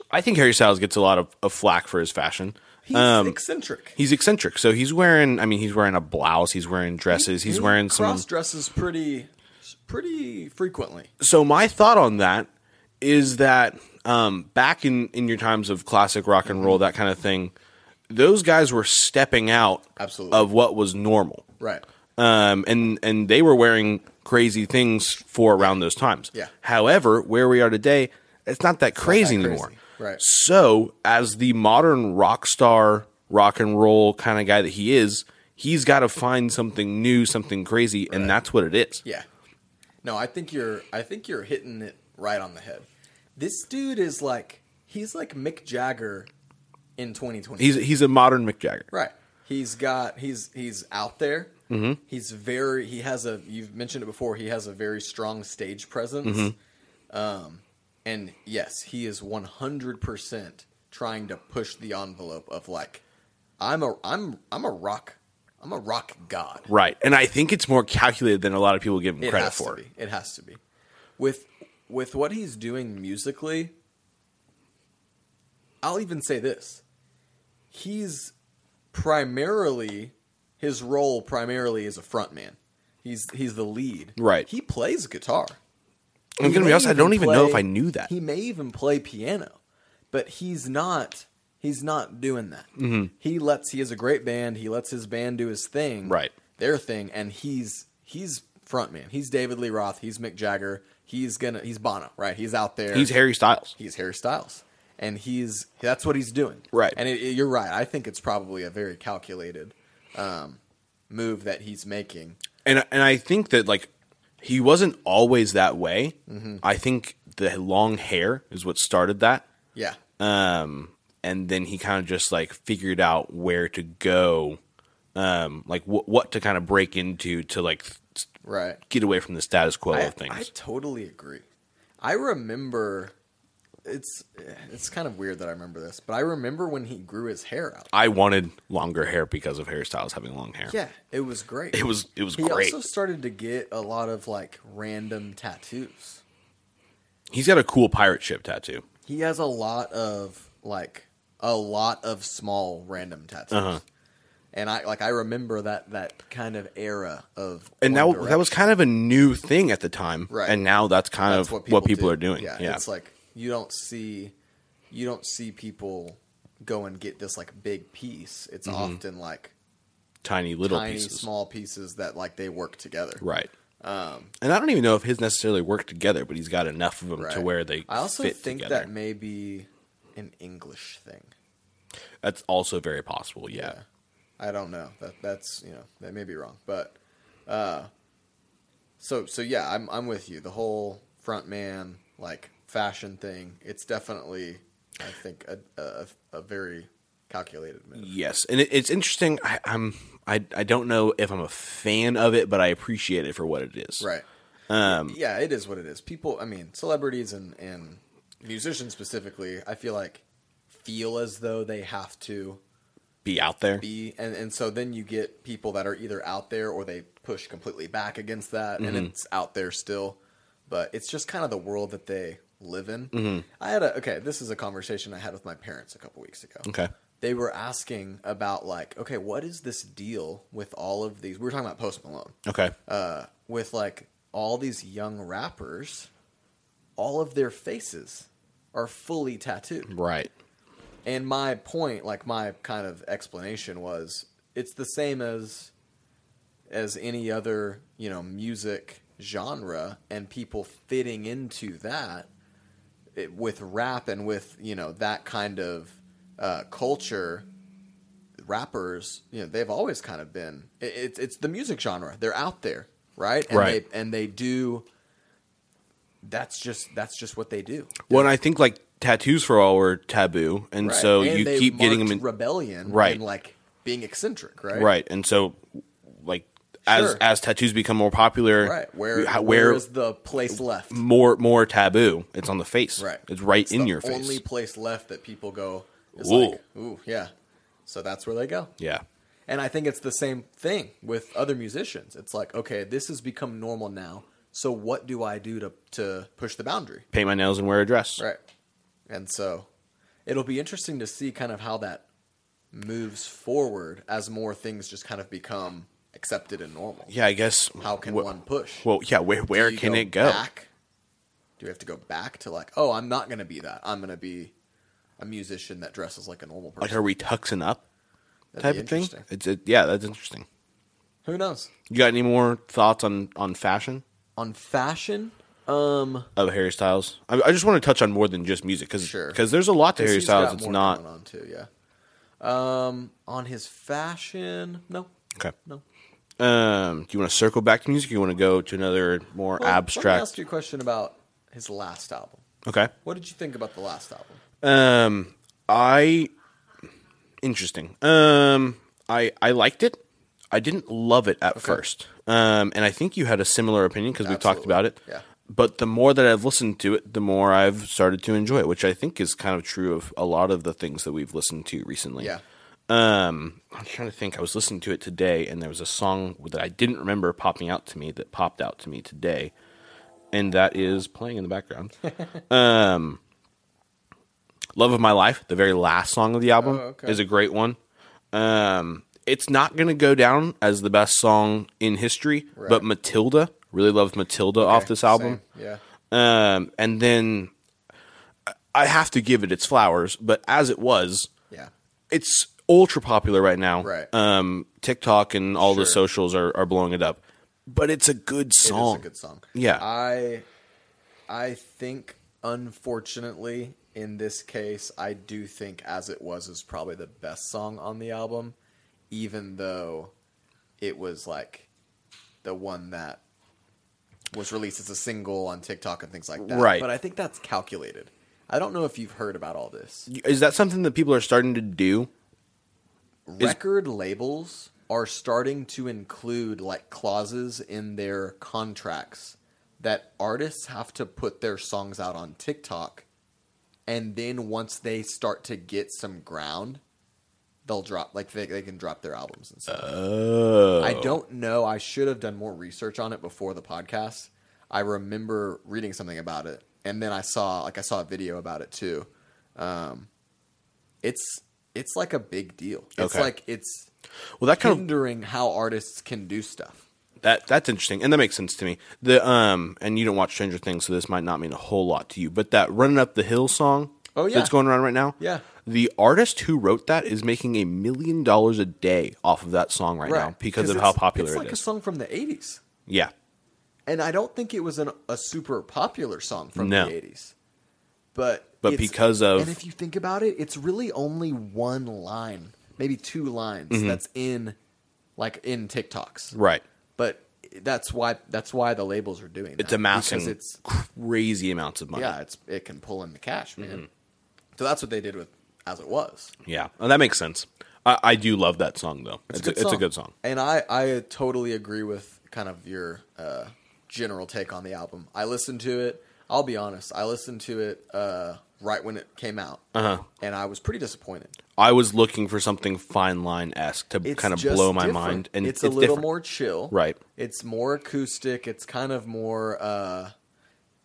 [SPEAKER 2] I think Harry Styles gets a lot of, of flack for his fashion.
[SPEAKER 1] he's
[SPEAKER 2] Um,
[SPEAKER 1] eccentric.
[SPEAKER 2] he's eccentric. So he's wearing. I mean, he's wearing a blouse. He's wearing dresses. he's wearing some
[SPEAKER 1] cross dresses pretty pretty frequently.
[SPEAKER 2] so my thought on that is that um, back in, in your times of classic rock and roll, that kind of thing, those guys were stepping out
[SPEAKER 1] Absolutely.
[SPEAKER 2] of what was normal,
[SPEAKER 1] Right.
[SPEAKER 2] Um, and and they were wearing crazy things for around those times.
[SPEAKER 1] Yeah.
[SPEAKER 2] However, where we are today, it's not that crazy
[SPEAKER 1] crazy.
[SPEAKER 2] anymore.
[SPEAKER 1] Right.
[SPEAKER 2] So, as the modern rock star, rock and roll kind of guy that he is, he's got to find something new, something crazy, and that's what it is.
[SPEAKER 1] Yeah. No, I think you're I think you're hitting it right on the head. This dude is like he's like Mick Jagger in 2020.
[SPEAKER 2] He's he's a modern Mick Jagger.
[SPEAKER 1] right. He's got he's he's out there. Mm-hmm. He's very he has a you've mentioned it before, he has a very strong stage presence. Um and yes, he is 100% trying to push the envelope of like I'm a I'm I'm a rock I'm a rock god.
[SPEAKER 2] Right. And I think it's more calculated than a lot of people give him
[SPEAKER 1] It
[SPEAKER 2] credit
[SPEAKER 1] has
[SPEAKER 2] for.
[SPEAKER 1] To be. It has to be. With with what he's doing musically, I'll even say this. He's primarily his role primarily is a frontman. He's he's the lead.
[SPEAKER 2] Right.
[SPEAKER 1] He plays guitar.
[SPEAKER 2] I'm
[SPEAKER 1] He
[SPEAKER 2] going to
[SPEAKER 1] may
[SPEAKER 2] be honest, I don't even know if
[SPEAKER 1] play-
[SPEAKER 2] I knew that.
[SPEAKER 1] He may even play piano, but he's not he's not doing that.
[SPEAKER 2] Mm-hmm.
[SPEAKER 1] He lets he has a great band, he lets his band do his thing.
[SPEAKER 2] Right.
[SPEAKER 1] Their thing and he's he's frontman. He's David Lee Roth, he's Mick Jagger, he's going to he's Bono, right? He's out there.
[SPEAKER 2] He's Harry Styles.
[SPEAKER 1] he's Harry Styles. And he's that's what he's doing.
[SPEAKER 2] Right.
[SPEAKER 1] And it, it- you're right. I think it's probably a very calculated um move that he's making.
[SPEAKER 2] and and I think that like he wasn't always that way.
[SPEAKER 1] Mm-hmm.
[SPEAKER 2] I think the long hair is what started that,
[SPEAKER 1] Yeah.
[SPEAKER 2] um, and then he kind of just like figured out where to go, um, like wh- what to kind of break into to like s-
[SPEAKER 1] Right.
[SPEAKER 2] get away from the status quo
[SPEAKER 1] I,
[SPEAKER 2] of things.
[SPEAKER 1] I totally agree. I remember it's it's kind of weird that I remember this, but I remember when he grew his hair out.
[SPEAKER 2] I wanted longer hair because of hairstyles having long hair.
[SPEAKER 1] Yeah, it was great.
[SPEAKER 2] It was it was
[SPEAKER 1] He
[SPEAKER 2] great.
[SPEAKER 1] also started to get a lot of like random tattoos.
[SPEAKER 2] He's got a cool pirate ship tattoo.
[SPEAKER 1] He has a lot of like a lot of small random tattoos.
[SPEAKER 2] Uh-huh.
[SPEAKER 1] And I like I remember that that kind of era of
[SPEAKER 2] And
[SPEAKER 1] One
[SPEAKER 2] that, that was
[SPEAKER 1] Direction.
[SPEAKER 2] kind of a new thing at the time,
[SPEAKER 1] Right.
[SPEAKER 2] and now that's kind
[SPEAKER 1] That's
[SPEAKER 2] of what people,
[SPEAKER 1] do.
[SPEAKER 2] are doing. Yeah,
[SPEAKER 1] it's like you don't see you don't see people go and get this like big piece. It's often like
[SPEAKER 2] tiny Mm-hmm. little
[SPEAKER 1] tiny
[SPEAKER 2] pieces.
[SPEAKER 1] small pieces that like they work together.
[SPEAKER 2] Right.
[SPEAKER 1] Um,
[SPEAKER 2] and I don't even know if his necessarily work together, but he's got enough of them to
[SPEAKER 1] Right.
[SPEAKER 2] where they
[SPEAKER 1] I also
[SPEAKER 2] fit
[SPEAKER 1] think
[SPEAKER 2] together.
[SPEAKER 1] that may be an English thing.
[SPEAKER 2] That's also very possible. Yeah.
[SPEAKER 1] I don't know. That that's you know that may be wrong, but uh, so so yeah, I'm I'm with you. The whole front man like fashion thing. It's definitely I think a a, a very calculated move.
[SPEAKER 2] Yes, and it, it's interesting. I, I'm I I don't know if I'm a fan of it, but I appreciate it for what it is.
[SPEAKER 1] Right. Um, yeah, it is what it is. People, I mean, celebrities and and musicians specifically, I feel like feel as though they have to
[SPEAKER 2] Be out there.
[SPEAKER 1] be and, and so then you get people that are either out there or they push completely back against that and it's out there still but it's just kind of the world that they live in i had a okay this is a conversation i had with my parents a couple weeks ago
[SPEAKER 2] okay.
[SPEAKER 1] they were asking about like okay what is this deal with all of these we were talking about post malone
[SPEAKER 2] Okay.
[SPEAKER 1] uh, with like all these young rappers all of their faces are fully tattooed
[SPEAKER 2] right.
[SPEAKER 1] and my point, like my kind of explanation was it's the same as as any other, you know, music genre and people fitting into that it, with rap and with, you know, that kind of uh, culture rappers, you know, they've always kind of been it, it's it's the music genre. They're out there, right? And
[SPEAKER 2] Right.
[SPEAKER 1] they and they do that's just that's just what they do.
[SPEAKER 2] Well, and I think like tattoos for all were taboo, and
[SPEAKER 1] Right.
[SPEAKER 2] so
[SPEAKER 1] And
[SPEAKER 2] you
[SPEAKER 1] they
[SPEAKER 2] keep getting
[SPEAKER 1] marked
[SPEAKER 2] them in,
[SPEAKER 1] rebellion,
[SPEAKER 2] Right.
[SPEAKER 1] And like being eccentric, right?
[SPEAKER 2] right, and so like as
[SPEAKER 1] Sure.
[SPEAKER 2] as tattoos become more popular,
[SPEAKER 1] right. Where
[SPEAKER 2] how-
[SPEAKER 1] where
[SPEAKER 2] where
[SPEAKER 1] is the place left?
[SPEAKER 2] more more taboo. It's on the face.
[SPEAKER 1] Right,
[SPEAKER 2] It's right in
[SPEAKER 1] the
[SPEAKER 2] your face.
[SPEAKER 1] Only place left that people go is
[SPEAKER 2] Ooh.
[SPEAKER 1] like, ooh, yeah. So that's where they go.
[SPEAKER 2] Yeah.
[SPEAKER 1] And I think it's the same thing with other musicians. It's like, okay, this has become normal now. So what do I do to to push the boundary?
[SPEAKER 2] Paint my nails and wear a dress.
[SPEAKER 1] Right. And so it'll be interesting to see kind of how that moves forward as more things just kind of become accepted and normal.
[SPEAKER 2] Yeah, I guess.
[SPEAKER 1] How can
[SPEAKER 2] wh-
[SPEAKER 1] one push?
[SPEAKER 2] Well, yeah. Where where
[SPEAKER 1] Do you
[SPEAKER 2] can it go?
[SPEAKER 1] Back? Do we have to go back to like, oh, I'm not going to be that. I'm going to be a musician that dresses like a normal
[SPEAKER 2] Like,
[SPEAKER 1] person.
[SPEAKER 2] are we tuxing up
[SPEAKER 1] That'd
[SPEAKER 2] type
[SPEAKER 1] be
[SPEAKER 2] of thing?
[SPEAKER 1] interesting.
[SPEAKER 2] It's it, yeah, that's interesting.
[SPEAKER 1] Who knows?
[SPEAKER 2] You got any more thoughts on on fashion
[SPEAKER 1] On fashion, um,
[SPEAKER 2] of Harry Styles? I, I just want to touch on more than just music because
[SPEAKER 1] Sure.
[SPEAKER 2] there's a lot to
[SPEAKER 1] 'cause
[SPEAKER 2] Harry
[SPEAKER 1] he's got
[SPEAKER 2] Styles. It's
[SPEAKER 1] more
[SPEAKER 2] not
[SPEAKER 1] going on too, yeah. Um, on his fashion, no,
[SPEAKER 2] okay.
[SPEAKER 1] no.
[SPEAKER 2] Um, do you want to circle back to music? Or you want to go to another more
[SPEAKER 1] Well, Let me ask
[SPEAKER 2] abstract?
[SPEAKER 1] you a question about his last album.
[SPEAKER 2] Okay.
[SPEAKER 1] What did you think about the last album?
[SPEAKER 2] Um, I interesting. Um, I I liked it. I didn't love it at first. Um, and I think you had a similar opinion because we've talked
[SPEAKER 1] Absolutely.
[SPEAKER 2] about it.
[SPEAKER 1] Yeah.
[SPEAKER 2] But the more that I've listened to it, the more I've started to enjoy it, which I think is kind of true of a lot of the things that we've listened to recently.
[SPEAKER 1] Yeah.
[SPEAKER 2] Um, I'm trying to think. I was listening to it today, and there was a song that I didn't remember popping out to me that popped out to me today, and that is playing in the background. um, "Love of My Life," the very last song of the album,
[SPEAKER 1] Oh, okay.
[SPEAKER 2] is a great one. Um, it's not going to go down as the best song in history, but
[SPEAKER 1] Right.
[SPEAKER 2] "Matilda" really loved "Matilda" off
[SPEAKER 1] Okay,
[SPEAKER 2] this album.
[SPEAKER 1] same, yeah.
[SPEAKER 2] Um, and then I- I have to give it its flowers, but as it was,
[SPEAKER 1] Yeah.
[SPEAKER 2] it's ultra popular right now.
[SPEAKER 1] Right.
[SPEAKER 2] Um, TikTok and all the
[SPEAKER 1] Sure.
[SPEAKER 2] socials are, are blowing it up. But it's a good
[SPEAKER 1] It is
[SPEAKER 2] song.
[SPEAKER 1] a good song.
[SPEAKER 2] Yeah.
[SPEAKER 1] I I think unfortunately in this case I do think As It Was is probably the best song on the album even though it was like the one that was released as a single on TikTok and things like that.
[SPEAKER 2] Right.
[SPEAKER 1] But I think that's calculated. I don't know if you've heard about all this.
[SPEAKER 2] Is that something that people are starting to do?
[SPEAKER 1] record labels are starting to include like clauses in their contracts that artists have to put their songs out on TikTok and then once they start to get some ground they'll drop like they, they can drop their albums and stuff.
[SPEAKER 2] Oh.
[SPEAKER 1] I don't know. I should have done more research on it before the podcast. I remember reading something about it, and then I saw like I saw a video about it too. Um, it's it's like a big deal. It's
[SPEAKER 2] Okay.
[SPEAKER 1] like it's
[SPEAKER 2] Well, that kind of
[SPEAKER 1] hindering how artists can do stuff.
[SPEAKER 2] That that's interesting, and that makes sense to me. The um, and you don't watch Stranger Things, so this might not mean a whole lot to you. But that "Running Up the Hill" song,
[SPEAKER 1] Oh, yeah.
[SPEAKER 2] that's going around right now.
[SPEAKER 1] Yeah.
[SPEAKER 2] the artist who wrote that is making a million dollars a day off of that song right, now because of how
[SPEAKER 1] it's-
[SPEAKER 2] popular
[SPEAKER 1] it's
[SPEAKER 2] it
[SPEAKER 1] like a
[SPEAKER 2] is.
[SPEAKER 1] song from the '80s,
[SPEAKER 2] yeah,
[SPEAKER 1] and I don't think it was an, a super popular song from
[SPEAKER 2] No.
[SPEAKER 1] the '80s. But
[SPEAKER 2] But
[SPEAKER 1] it's-
[SPEAKER 2] because of-
[SPEAKER 1] and if you think about it, it's really only one line, maybe two lines
[SPEAKER 2] Mm-hmm.
[SPEAKER 1] that's in, like in TikToks,
[SPEAKER 2] right.
[SPEAKER 1] But that's why that's why the labels are doing that.
[SPEAKER 2] It's amassing
[SPEAKER 1] because it's
[SPEAKER 2] crazy amounts of money. Mm-hmm.
[SPEAKER 1] yeah, it's it can pull in the cash, man. So that's what they did with as it was.
[SPEAKER 2] yeah, Well, that makes sense. I, I do love that song though. It's, a,
[SPEAKER 1] good
[SPEAKER 2] it's a good song.
[SPEAKER 1] And I, I totally agree with kind of your uh, general take on the album. I listened to it. I'll be honest. I listened to it uh, right when it came out,
[SPEAKER 2] Uh-huh.
[SPEAKER 1] and I was pretty disappointed.
[SPEAKER 2] I was looking for something fine line esque to
[SPEAKER 1] It's
[SPEAKER 2] kind of
[SPEAKER 1] just
[SPEAKER 2] blow my
[SPEAKER 1] different.
[SPEAKER 2] mind, and
[SPEAKER 1] it's, a little
[SPEAKER 2] different.
[SPEAKER 1] more chill,
[SPEAKER 2] Right.
[SPEAKER 1] It's more acoustic. It's kind of more. Uh,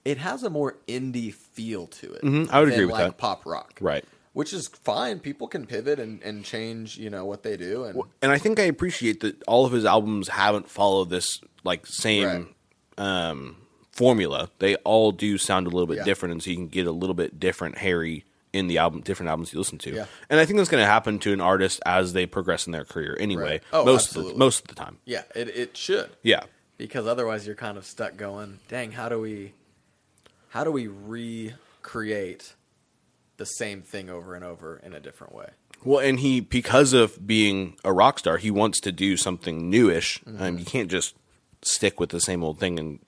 [SPEAKER 1] it has a more indie feel to it.
[SPEAKER 2] Mm-hmm. I would
[SPEAKER 1] than,
[SPEAKER 2] agree with
[SPEAKER 1] like
[SPEAKER 2] that.
[SPEAKER 1] Pop rock,
[SPEAKER 2] Right.
[SPEAKER 1] Which is fine. People can pivot and, and change, you know, what they do. And
[SPEAKER 2] and I think I appreciate that all of his albums haven't followed this like same
[SPEAKER 1] Right.
[SPEAKER 2] um, formula. They all do sound a little bit
[SPEAKER 1] Yeah.
[SPEAKER 2] different, and so you can get a little bit different Harry in the album, different albums you listen to.
[SPEAKER 1] Yeah.
[SPEAKER 2] And I think that's going to happen to an artist as they progress in their career anyway.
[SPEAKER 1] Right. Oh,
[SPEAKER 2] most of
[SPEAKER 1] absolutely.
[SPEAKER 2] the, most of the time,
[SPEAKER 1] yeah, it, it should.
[SPEAKER 2] yeah,
[SPEAKER 1] because otherwise you're kind of stuck going dang how do we how do we recreate the same thing over and over in a different way
[SPEAKER 2] Well, and he because of being a rock star, he wants to do something newish. Um, you can't just stick with the same old thing and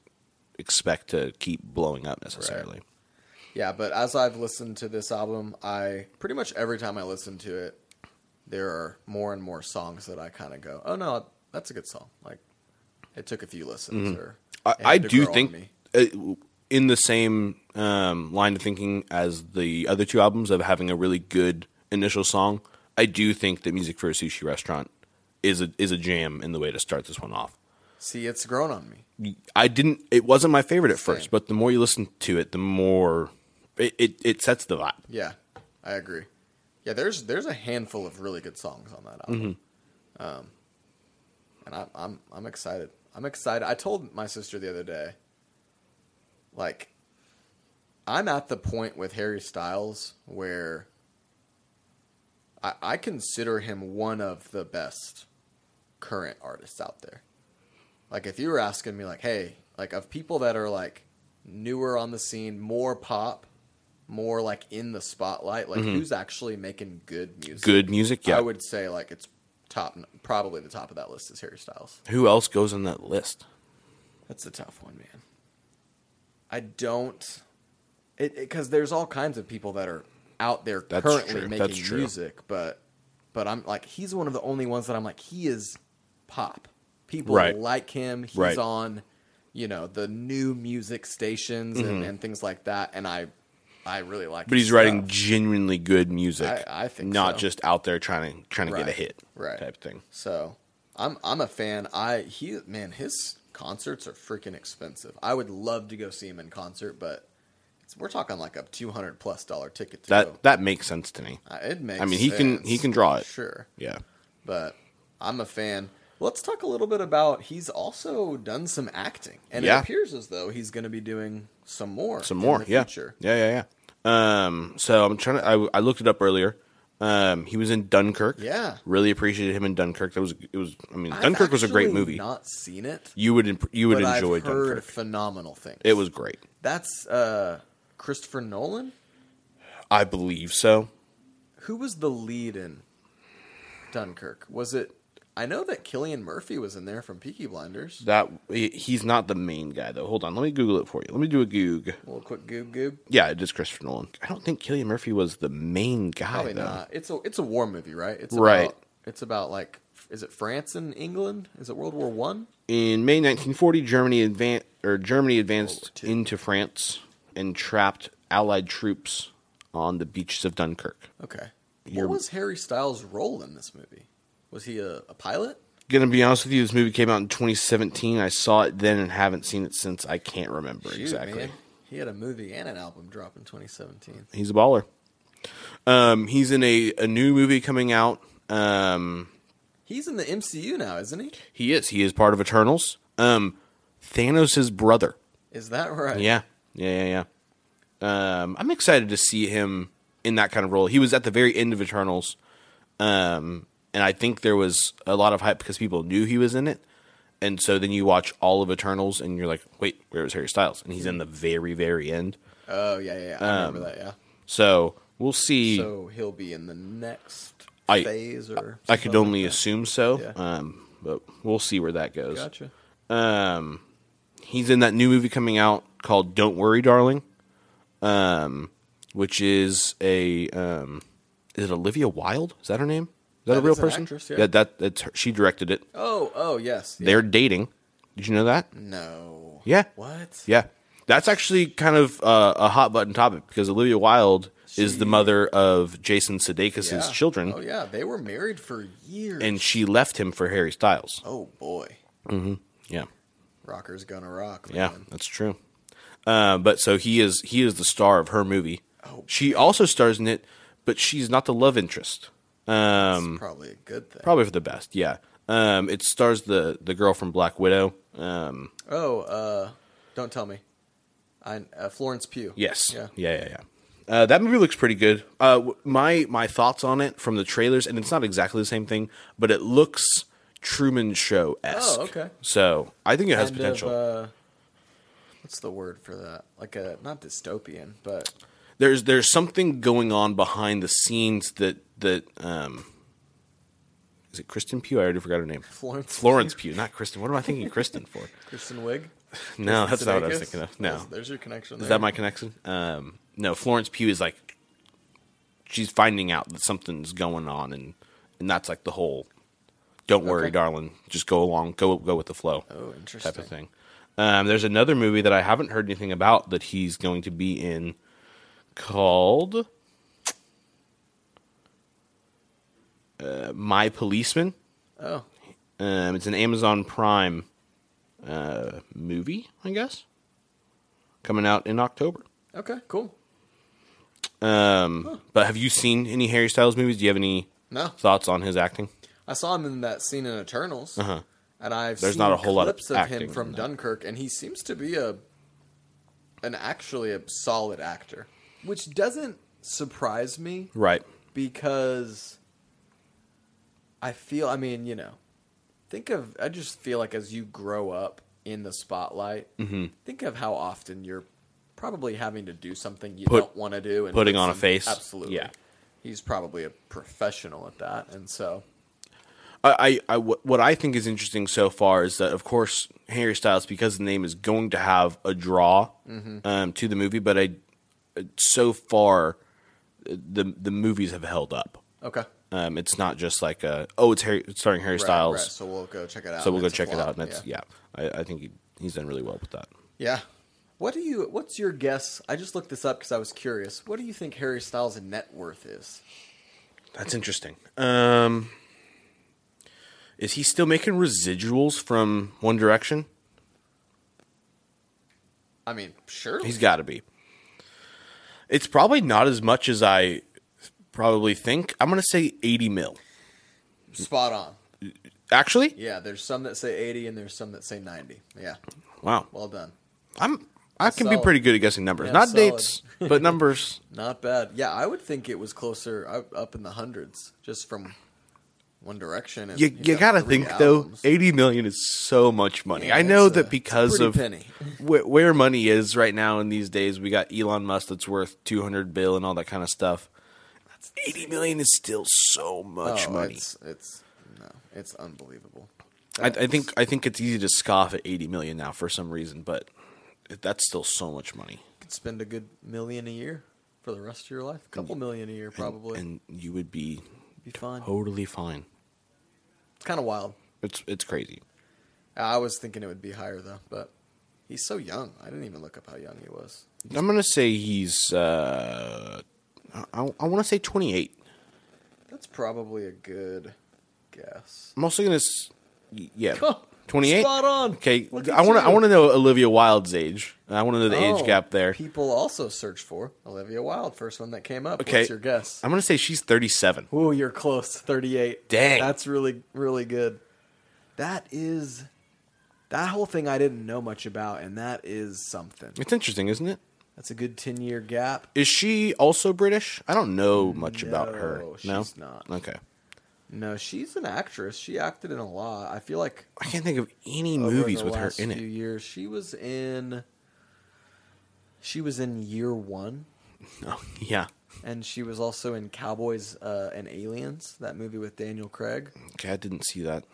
[SPEAKER 2] expect to keep blowing up necessarily.
[SPEAKER 1] yeah but as i've listened to this album i pretty much every time i listen to it there are more and more songs that i kind of go oh no that's a good song like it took a few listens or
[SPEAKER 2] Mm-hmm. I,
[SPEAKER 1] it had
[SPEAKER 2] I
[SPEAKER 1] to
[SPEAKER 2] do
[SPEAKER 1] grow on
[SPEAKER 2] think
[SPEAKER 1] me.
[SPEAKER 2] uh, in the same um, line of thinking as the other two albums of having a really good initial song. I do think that music for a sushi restaurant is a is a jam in the way to start this one off.
[SPEAKER 1] see it's grown on me
[SPEAKER 2] I didn't. It wasn't my favorite at
[SPEAKER 1] Same.
[SPEAKER 2] first, but the more you listen to it, the more it, it, it sets the vibe.
[SPEAKER 1] Yeah, I agree. Yeah, there's there's a handful of really good songs on that
[SPEAKER 2] Mm-hmm.
[SPEAKER 1] album, um, and I'm I'm I'm excited. I'm excited. I told my sister the other day, like, I'm at the point with Harry Styles where I, I consider him one of the best current artists out there. Like, if you were asking me, like, hey, like of people that are like newer on the scene, more pop, more like in the spotlight, like who's actually making good music?
[SPEAKER 2] Good music, yeah.
[SPEAKER 1] I would say like it's top, probably the top of that list is Harry Styles.
[SPEAKER 2] Who else goes on that list?
[SPEAKER 1] That's a tough one, man. I don't, it because there's all kinds of people that are out there
[SPEAKER 2] That's
[SPEAKER 1] currently
[SPEAKER 2] true. That's
[SPEAKER 1] making
[SPEAKER 2] true.
[SPEAKER 1] music, but but I'm like he's one of the only ones that I'm like he is pop. People
[SPEAKER 2] Right.
[SPEAKER 1] like him. He's
[SPEAKER 2] Right.
[SPEAKER 1] on, you know, the new music stations and, and things like that, and I I really like.
[SPEAKER 2] Mm-hmm. But
[SPEAKER 1] his
[SPEAKER 2] he's writing
[SPEAKER 1] stuff.
[SPEAKER 2] genuinely good music.
[SPEAKER 1] I- I think
[SPEAKER 2] not
[SPEAKER 1] so.
[SPEAKER 2] just out there trying to trying to get a
[SPEAKER 1] Right.
[SPEAKER 2] hit,
[SPEAKER 1] Right.
[SPEAKER 2] Type thing.
[SPEAKER 1] So I'm I'm a fan. I he man, his concerts are freaking expensive. I would love to go see him in concert, but it's, we're talking like a two hundred plus dollar ticket to
[SPEAKER 2] That
[SPEAKER 1] go.
[SPEAKER 2] that makes sense to me.
[SPEAKER 1] Uh, It makes.
[SPEAKER 2] I mean, he can- he
[SPEAKER 1] sense.
[SPEAKER 2] can draw it.
[SPEAKER 1] Sure,
[SPEAKER 2] Yeah.
[SPEAKER 1] but I'm a fan. Let's talk a little bit about. He's also done some acting, and
[SPEAKER 2] Yeah.
[SPEAKER 1] it appears as though he's going to be doing some more.
[SPEAKER 2] Some
[SPEAKER 1] in
[SPEAKER 2] more.
[SPEAKER 1] the
[SPEAKER 2] Yeah.
[SPEAKER 1] future.
[SPEAKER 2] Yeah, yeah, yeah. Um so I'm trying to I, I looked it up earlier. Um he was in Dunkirk.
[SPEAKER 1] Yeah.
[SPEAKER 2] Really appreciated him in Dunkirk. That was it was I mean
[SPEAKER 1] I've
[SPEAKER 2] Dunkirk was a great
[SPEAKER 1] actually
[SPEAKER 2] movie.
[SPEAKER 1] Not seen it.
[SPEAKER 2] you would imp- you would
[SPEAKER 1] but
[SPEAKER 2] enjoy
[SPEAKER 1] I've heard
[SPEAKER 2] Dunkirk.
[SPEAKER 1] phenomenal things.
[SPEAKER 2] It was great.
[SPEAKER 1] that's uh, Christopher Nolan.
[SPEAKER 2] I believe so.
[SPEAKER 1] Who was the lead in Dunkirk? Was it? I know that Killian Murphy was in there from Peaky Blinders.
[SPEAKER 2] That he- he's not the main guy though. Hold on, let me Google it for you. Let me do a goog.
[SPEAKER 1] A little quick goog goog.
[SPEAKER 2] Yeah, it is Christopher Nolan. I don't think Killian Murphy was the main guy
[SPEAKER 1] Probably
[SPEAKER 2] though.
[SPEAKER 1] not. It's a it's a war movie, right? It's
[SPEAKER 2] Right.
[SPEAKER 1] About, it's about like is it France and England? Is it World War One?
[SPEAKER 2] In May 1940, Germany advan or Germany advanced
[SPEAKER 1] World War Two.
[SPEAKER 2] into France and trapped Allied troops on the beaches of Dunkirk.
[SPEAKER 1] Okay.
[SPEAKER 2] You're-
[SPEAKER 1] What was Harry Styles' role in this movie? Was he a, a pilot?
[SPEAKER 2] Gonna be honest with you, this movie came out in 2017. I saw it then and haven't seen it since. I can't remember
[SPEAKER 1] Shoot,
[SPEAKER 2] exactly.
[SPEAKER 1] man. He had a movie and an album drop in 2017.
[SPEAKER 2] He's a baller. Um, he's in a, a new movie coming out. Um,
[SPEAKER 1] He's in the MCU now, isn't he?
[SPEAKER 2] he is. He is part of Eternals. Um, Thanos' brother.
[SPEAKER 1] Is that right?
[SPEAKER 2] Yeah, yeah, yeah, yeah. Um, I'm excited to see him in that kind of role. He was at the very end of Eternals, um, and I think there was a lot of hype because people knew he was in it, and so then you watch all of Eternals and you're like, wait, where was Harry Styles? And he's in the very, very end.
[SPEAKER 1] Oh yeah, yeah. yeah. I
[SPEAKER 2] Um,
[SPEAKER 1] remember that. Yeah.
[SPEAKER 2] So we'll see.
[SPEAKER 1] So he'll be in the next
[SPEAKER 2] I-
[SPEAKER 1] phase, or
[SPEAKER 2] I could
[SPEAKER 1] something
[SPEAKER 2] only
[SPEAKER 1] like
[SPEAKER 2] assume so,
[SPEAKER 1] Yeah.
[SPEAKER 2] um, but we'll see where that
[SPEAKER 1] that.
[SPEAKER 2] goes.
[SPEAKER 1] Gotcha.
[SPEAKER 2] Um, he's in that new movie coming out called "Don't Worry, Darling," um, which is a um, is it Olivia Wilde? Is that her name? Is that,
[SPEAKER 1] That
[SPEAKER 2] a real
[SPEAKER 1] is an
[SPEAKER 2] person?
[SPEAKER 1] actress, yeah.
[SPEAKER 2] That that that's her. she directed it.
[SPEAKER 1] Oh, oh yes. yeah.
[SPEAKER 2] They're dating. Did you know that?
[SPEAKER 1] No.
[SPEAKER 2] Yeah.
[SPEAKER 1] What?
[SPEAKER 2] Yeah, that's actually kind of uh, a hot button topic because Olivia Wilde is the mother of Jason Sudeikis'
[SPEAKER 1] Yeah.
[SPEAKER 2] children,
[SPEAKER 1] Oh yeah, they were married for years.
[SPEAKER 2] and she left him for Harry Styles.
[SPEAKER 1] oh boy,
[SPEAKER 2] Yeah.
[SPEAKER 1] rocker's gonna rock.
[SPEAKER 2] Yeah,
[SPEAKER 1] man.
[SPEAKER 2] that's true. Uh, but so he is he is the star of her movie.
[SPEAKER 1] Oh.
[SPEAKER 2] she also stars in it, but she's not the love interest.
[SPEAKER 1] That's
[SPEAKER 2] Um,
[SPEAKER 1] probably a good thing.
[SPEAKER 2] probably for the best. Yeah. Um, it stars the the girl from Black Widow. Um,
[SPEAKER 1] oh, uh, don't tell me. I uh, Florence Pugh.
[SPEAKER 2] yes.
[SPEAKER 1] Yeah.
[SPEAKER 2] Yeah. Yeah. Yeah. Uh, that movie looks pretty good. Uh, w- my my thoughts on it from the trailers, and it's not exactly the same thing, but it looks Truman Show esque.
[SPEAKER 1] Oh, okay.
[SPEAKER 2] So I think it has
[SPEAKER 1] Kind
[SPEAKER 2] potential.
[SPEAKER 1] Of, uh, what's the word for that? Like a not dystopian, but
[SPEAKER 2] there's there's something going on behind the scenes that that um is it Kristen Pugh? I already forgot her name.
[SPEAKER 1] Florence
[SPEAKER 2] Florence Pugh, not Kristen. What am I thinking Kristen for?
[SPEAKER 1] Kristen Wiig.
[SPEAKER 2] No, that's
[SPEAKER 1] Kristen
[SPEAKER 2] not what I was
[SPEAKER 1] Sudeikis?
[SPEAKER 2] thinking of.
[SPEAKER 1] There's,
[SPEAKER 2] No.
[SPEAKER 1] there's your connection.
[SPEAKER 2] Is that my connection? Um no, Florence Pugh is like she's finding out that something's going on and and that's like the whole don't worry,
[SPEAKER 1] Okay.
[SPEAKER 2] darling. Just go along, go go with the flow
[SPEAKER 1] Oh, interesting.
[SPEAKER 2] type of thing. Um, there's another movie that I haven't heard anything about that he's going to be in called uh, My Policeman.
[SPEAKER 1] Oh,
[SPEAKER 2] Um, it's an Amazon Prime uh, movie, I guess, coming out in October.
[SPEAKER 1] okay, cool.
[SPEAKER 2] Um, But have you seen any Harry Styles movies? Do you have any
[SPEAKER 1] No,
[SPEAKER 2] thoughts on his acting?
[SPEAKER 1] I saw him in that scene in Eternals, and I've
[SPEAKER 2] Uh-huh. There's
[SPEAKER 1] seen
[SPEAKER 2] not a whole lot of
[SPEAKER 1] clips of, him
[SPEAKER 2] acting
[SPEAKER 1] from
[SPEAKER 2] in that.
[SPEAKER 1] Dunkirk, and he seems to be a an actually a solid actor, which doesn't surprise me
[SPEAKER 2] Right.
[SPEAKER 1] because I feel. I mean, you know, think of. I just feel like as you grow up in the spotlight,
[SPEAKER 2] Mm-hmm.
[SPEAKER 1] think of how often you're probably having to do something you
[SPEAKER 2] Put-
[SPEAKER 1] don't want to do and
[SPEAKER 2] putting
[SPEAKER 1] put
[SPEAKER 2] on a
[SPEAKER 1] some-
[SPEAKER 2] face.
[SPEAKER 1] Absolutely,
[SPEAKER 2] Yeah.
[SPEAKER 1] He's probably a professional at that, and so.
[SPEAKER 2] I, I, I- what what I think is interesting so far is that, of course, Harry Styles, because the name is going to have a draw
[SPEAKER 1] Mm-hmm.
[SPEAKER 2] um, to the movie, but I, so far, the the movies have held up.
[SPEAKER 1] Okay.
[SPEAKER 2] Um, it's not just like a oh, it's Harry, it's starring Harry
[SPEAKER 1] Right,
[SPEAKER 2] Styles,
[SPEAKER 1] right. So we'll go check it out.
[SPEAKER 2] so we'll
[SPEAKER 1] and
[SPEAKER 2] go
[SPEAKER 1] it's a
[SPEAKER 2] check it
[SPEAKER 1] flop.
[SPEAKER 2] out. And that's yeah, I, I think he, he's done really well with that.
[SPEAKER 1] yeah. Yeah. What do you? What's your guess? I just looked this up because I was curious. What do you think Harry Styles' net worth is?
[SPEAKER 2] That's interesting. Um, is he still making residuals from One Direction?
[SPEAKER 1] I mean, sure.
[SPEAKER 2] He's got to be. It's probably not as much as I probably think. I'm going to say 80 mil.
[SPEAKER 1] spot on.
[SPEAKER 2] Actually,
[SPEAKER 1] Yeah. There's some that say eighty, and there's some that say ninety. Yeah.
[SPEAKER 2] wow.
[SPEAKER 1] Well done.
[SPEAKER 2] I'm I can
[SPEAKER 1] Solid.
[SPEAKER 2] be pretty good at guessing numbers.
[SPEAKER 1] Yeah,
[SPEAKER 2] not
[SPEAKER 1] solid.
[SPEAKER 2] dates, but numbers.
[SPEAKER 1] Not bad. Yeah, I would think it was closer up, up in the hundreds, just from One Direction. and
[SPEAKER 2] You
[SPEAKER 1] he's
[SPEAKER 2] you
[SPEAKER 1] got
[SPEAKER 2] got to
[SPEAKER 1] three
[SPEAKER 2] think
[SPEAKER 1] albums.
[SPEAKER 2] though, 80 million is so much money.
[SPEAKER 1] Yeah,
[SPEAKER 2] I know
[SPEAKER 1] it's a-
[SPEAKER 2] that
[SPEAKER 1] it's a
[SPEAKER 2] because
[SPEAKER 1] pretty
[SPEAKER 2] of
[SPEAKER 1] penny.
[SPEAKER 2] wh- where money is right now in these days, we got Elon Musk that's worth 200 bill and all that kind of stuff. 80 million is still so much
[SPEAKER 1] Oh,
[SPEAKER 2] money.
[SPEAKER 1] It's, it's No, it's unbelievable.
[SPEAKER 2] I, I think I think it's easy to scoff at 80 million now for some reason, but that's still so much money.
[SPEAKER 1] You could spend a good million a year for the rest of your life. A couple million a year, probably.
[SPEAKER 2] and you would be
[SPEAKER 1] be fine.
[SPEAKER 2] totally fine.
[SPEAKER 1] It's kind of wild.
[SPEAKER 2] It's it's crazy.
[SPEAKER 1] I was thinking it would be higher though, but he's so young. I didn't even look up how young he was.
[SPEAKER 2] I'm gonna say he's uh, I, I want to say 28.
[SPEAKER 1] That's probably a good guess.
[SPEAKER 2] I'm also gonna s- y- yeah 28.
[SPEAKER 1] Spot on.
[SPEAKER 2] Okay,
[SPEAKER 1] Look
[SPEAKER 2] I
[SPEAKER 1] at
[SPEAKER 2] want to I
[SPEAKER 1] you.
[SPEAKER 2] want to know Olivia Wilde's age. I want to know the
[SPEAKER 1] Oh,
[SPEAKER 2] age gap there.
[SPEAKER 1] People also search for Olivia Wilde, first one that came up.
[SPEAKER 2] Okay.
[SPEAKER 1] What's your guess?
[SPEAKER 2] I'm gonna say she's 37.
[SPEAKER 1] Ooh, you're close. Thirty-eight.
[SPEAKER 2] Dang.
[SPEAKER 1] that's really really good. That is that whole thing I didn't know much about, and that is something.
[SPEAKER 2] It's interesting, isn't it?
[SPEAKER 1] That's a good ten-year gap.
[SPEAKER 2] Is she also British? I don't know much about her.
[SPEAKER 1] No,
[SPEAKER 2] no,
[SPEAKER 1] she's not.
[SPEAKER 2] Okay,
[SPEAKER 1] No, she's an actress. She acted in a lot. I feel like
[SPEAKER 2] I can't think of any
[SPEAKER 1] over
[SPEAKER 2] movies
[SPEAKER 1] the
[SPEAKER 2] with her
[SPEAKER 1] last
[SPEAKER 2] in
[SPEAKER 1] few
[SPEAKER 2] it.
[SPEAKER 1] Years she was in. She was in Year One,
[SPEAKER 2] Oh, yeah.
[SPEAKER 1] and she was also in Cowboys uh, and Aliens, that movie with Daniel Craig.
[SPEAKER 2] Okay, I didn't see that.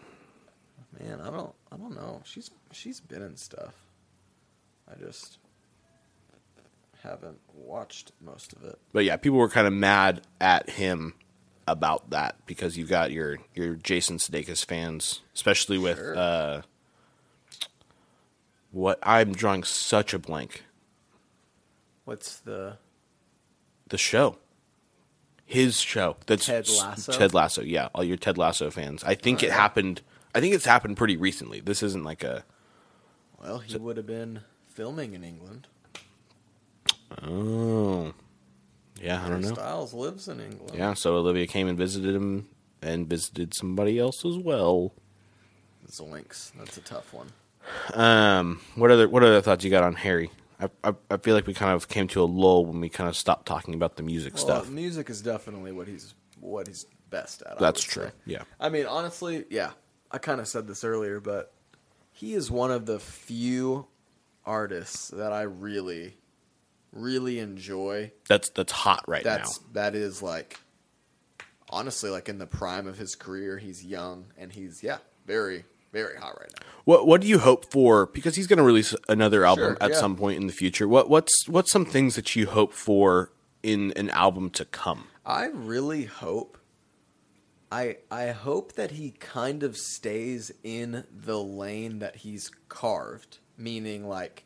[SPEAKER 1] Man, I don't, I don't know. She's she's been in stuff. I just haven't watched most of it.
[SPEAKER 2] But yeah, people were kind of mad at him about that because you've got your your Jason Sudeikis fans, especially with
[SPEAKER 1] Sure.
[SPEAKER 2] uh, what I'm drawing such a blank.
[SPEAKER 1] What's the
[SPEAKER 2] The show, his show. That's
[SPEAKER 1] Ted
[SPEAKER 2] s-
[SPEAKER 1] Lasso?
[SPEAKER 2] Ted Lasso. Yeah, all your Ted Lasso fans. I think it happened. I think it's happened pretty recently. This isn't like a
[SPEAKER 1] well? He would have been filming in England.
[SPEAKER 2] oh yeah. I don't
[SPEAKER 1] Harry
[SPEAKER 2] know.
[SPEAKER 1] Styles lives in England.
[SPEAKER 2] Yeah, so Olivia came and visited him and visited somebody else as well.
[SPEAKER 1] Zoinks. That's a tough one.
[SPEAKER 2] Um, what other what other thoughts you got on Harry? I, I I feel like we kind of came to a lull when we kind of stopped talking about the music stuff.
[SPEAKER 1] Well, music is definitely what he's what he's best at. I
[SPEAKER 2] That's
[SPEAKER 1] would
[SPEAKER 2] true,
[SPEAKER 1] say.
[SPEAKER 2] yeah.
[SPEAKER 1] I mean, honestly, yeah. I kind of said this earlier, but he is one of the few artists that I really, really enjoy.
[SPEAKER 2] That's that's hot right
[SPEAKER 1] That's
[SPEAKER 2] now.
[SPEAKER 1] that is like, honestly, like in the prime of his career. He's young and he's yeah, very very hot right now.
[SPEAKER 2] What what do you hope for? Because he's going to release another album
[SPEAKER 1] Sure,
[SPEAKER 2] at
[SPEAKER 1] yeah.
[SPEAKER 2] some point in the future. What what's what's some things that you hope for in an album to come?
[SPEAKER 1] I really hope I I hope that he kind of stays in the lane that he's carved, meaning like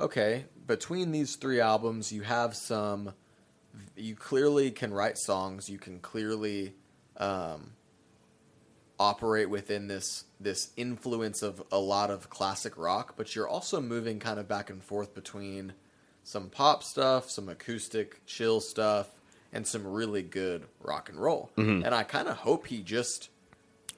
[SPEAKER 1] okay, between these three albums you have some you clearly can write songs, you can clearly um operate within this this influence of a lot of classic rock, but you're also moving kind of back and forth between some pop stuff, some acoustic chill stuff, and some really good rock and roll. And I kind of hope he just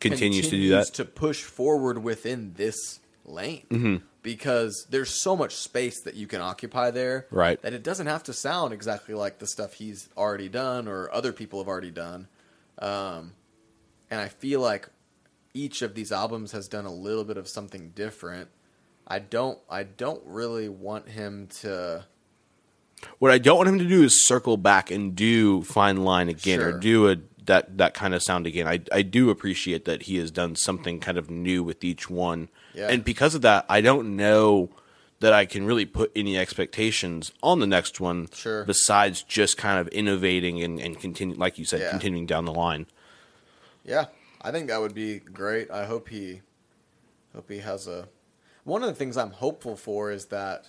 [SPEAKER 2] Continues, to do that.
[SPEAKER 1] to push forward within this lane
[SPEAKER 2] Mm-hmm.
[SPEAKER 1] because there's so much space that you can occupy there
[SPEAKER 2] Right.
[SPEAKER 1] that it doesn't have to sound exactly like the stuff he's already done or other people have already done um, and i feel like each of these albums has done a little bit of something different i don't i don't really want him to
[SPEAKER 2] What I don't want him to do is circle back and do fine line again or
[SPEAKER 1] Sure.
[SPEAKER 2] do a that that kind of sound again. I I do appreciate that he has done something kind of new with each one.
[SPEAKER 1] Yeah.
[SPEAKER 2] And because of that, I don't know that I can really put any expectations on the next one
[SPEAKER 1] Sure.
[SPEAKER 2] besides just kind of innovating and, and continue like you said,
[SPEAKER 1] Yeah.
[SPEAKER 2] continuing down the line.
[SPEAKER 1] Yeah, I think that would be great. I hope he, hope he has a. One of the things I'm hopeful for is that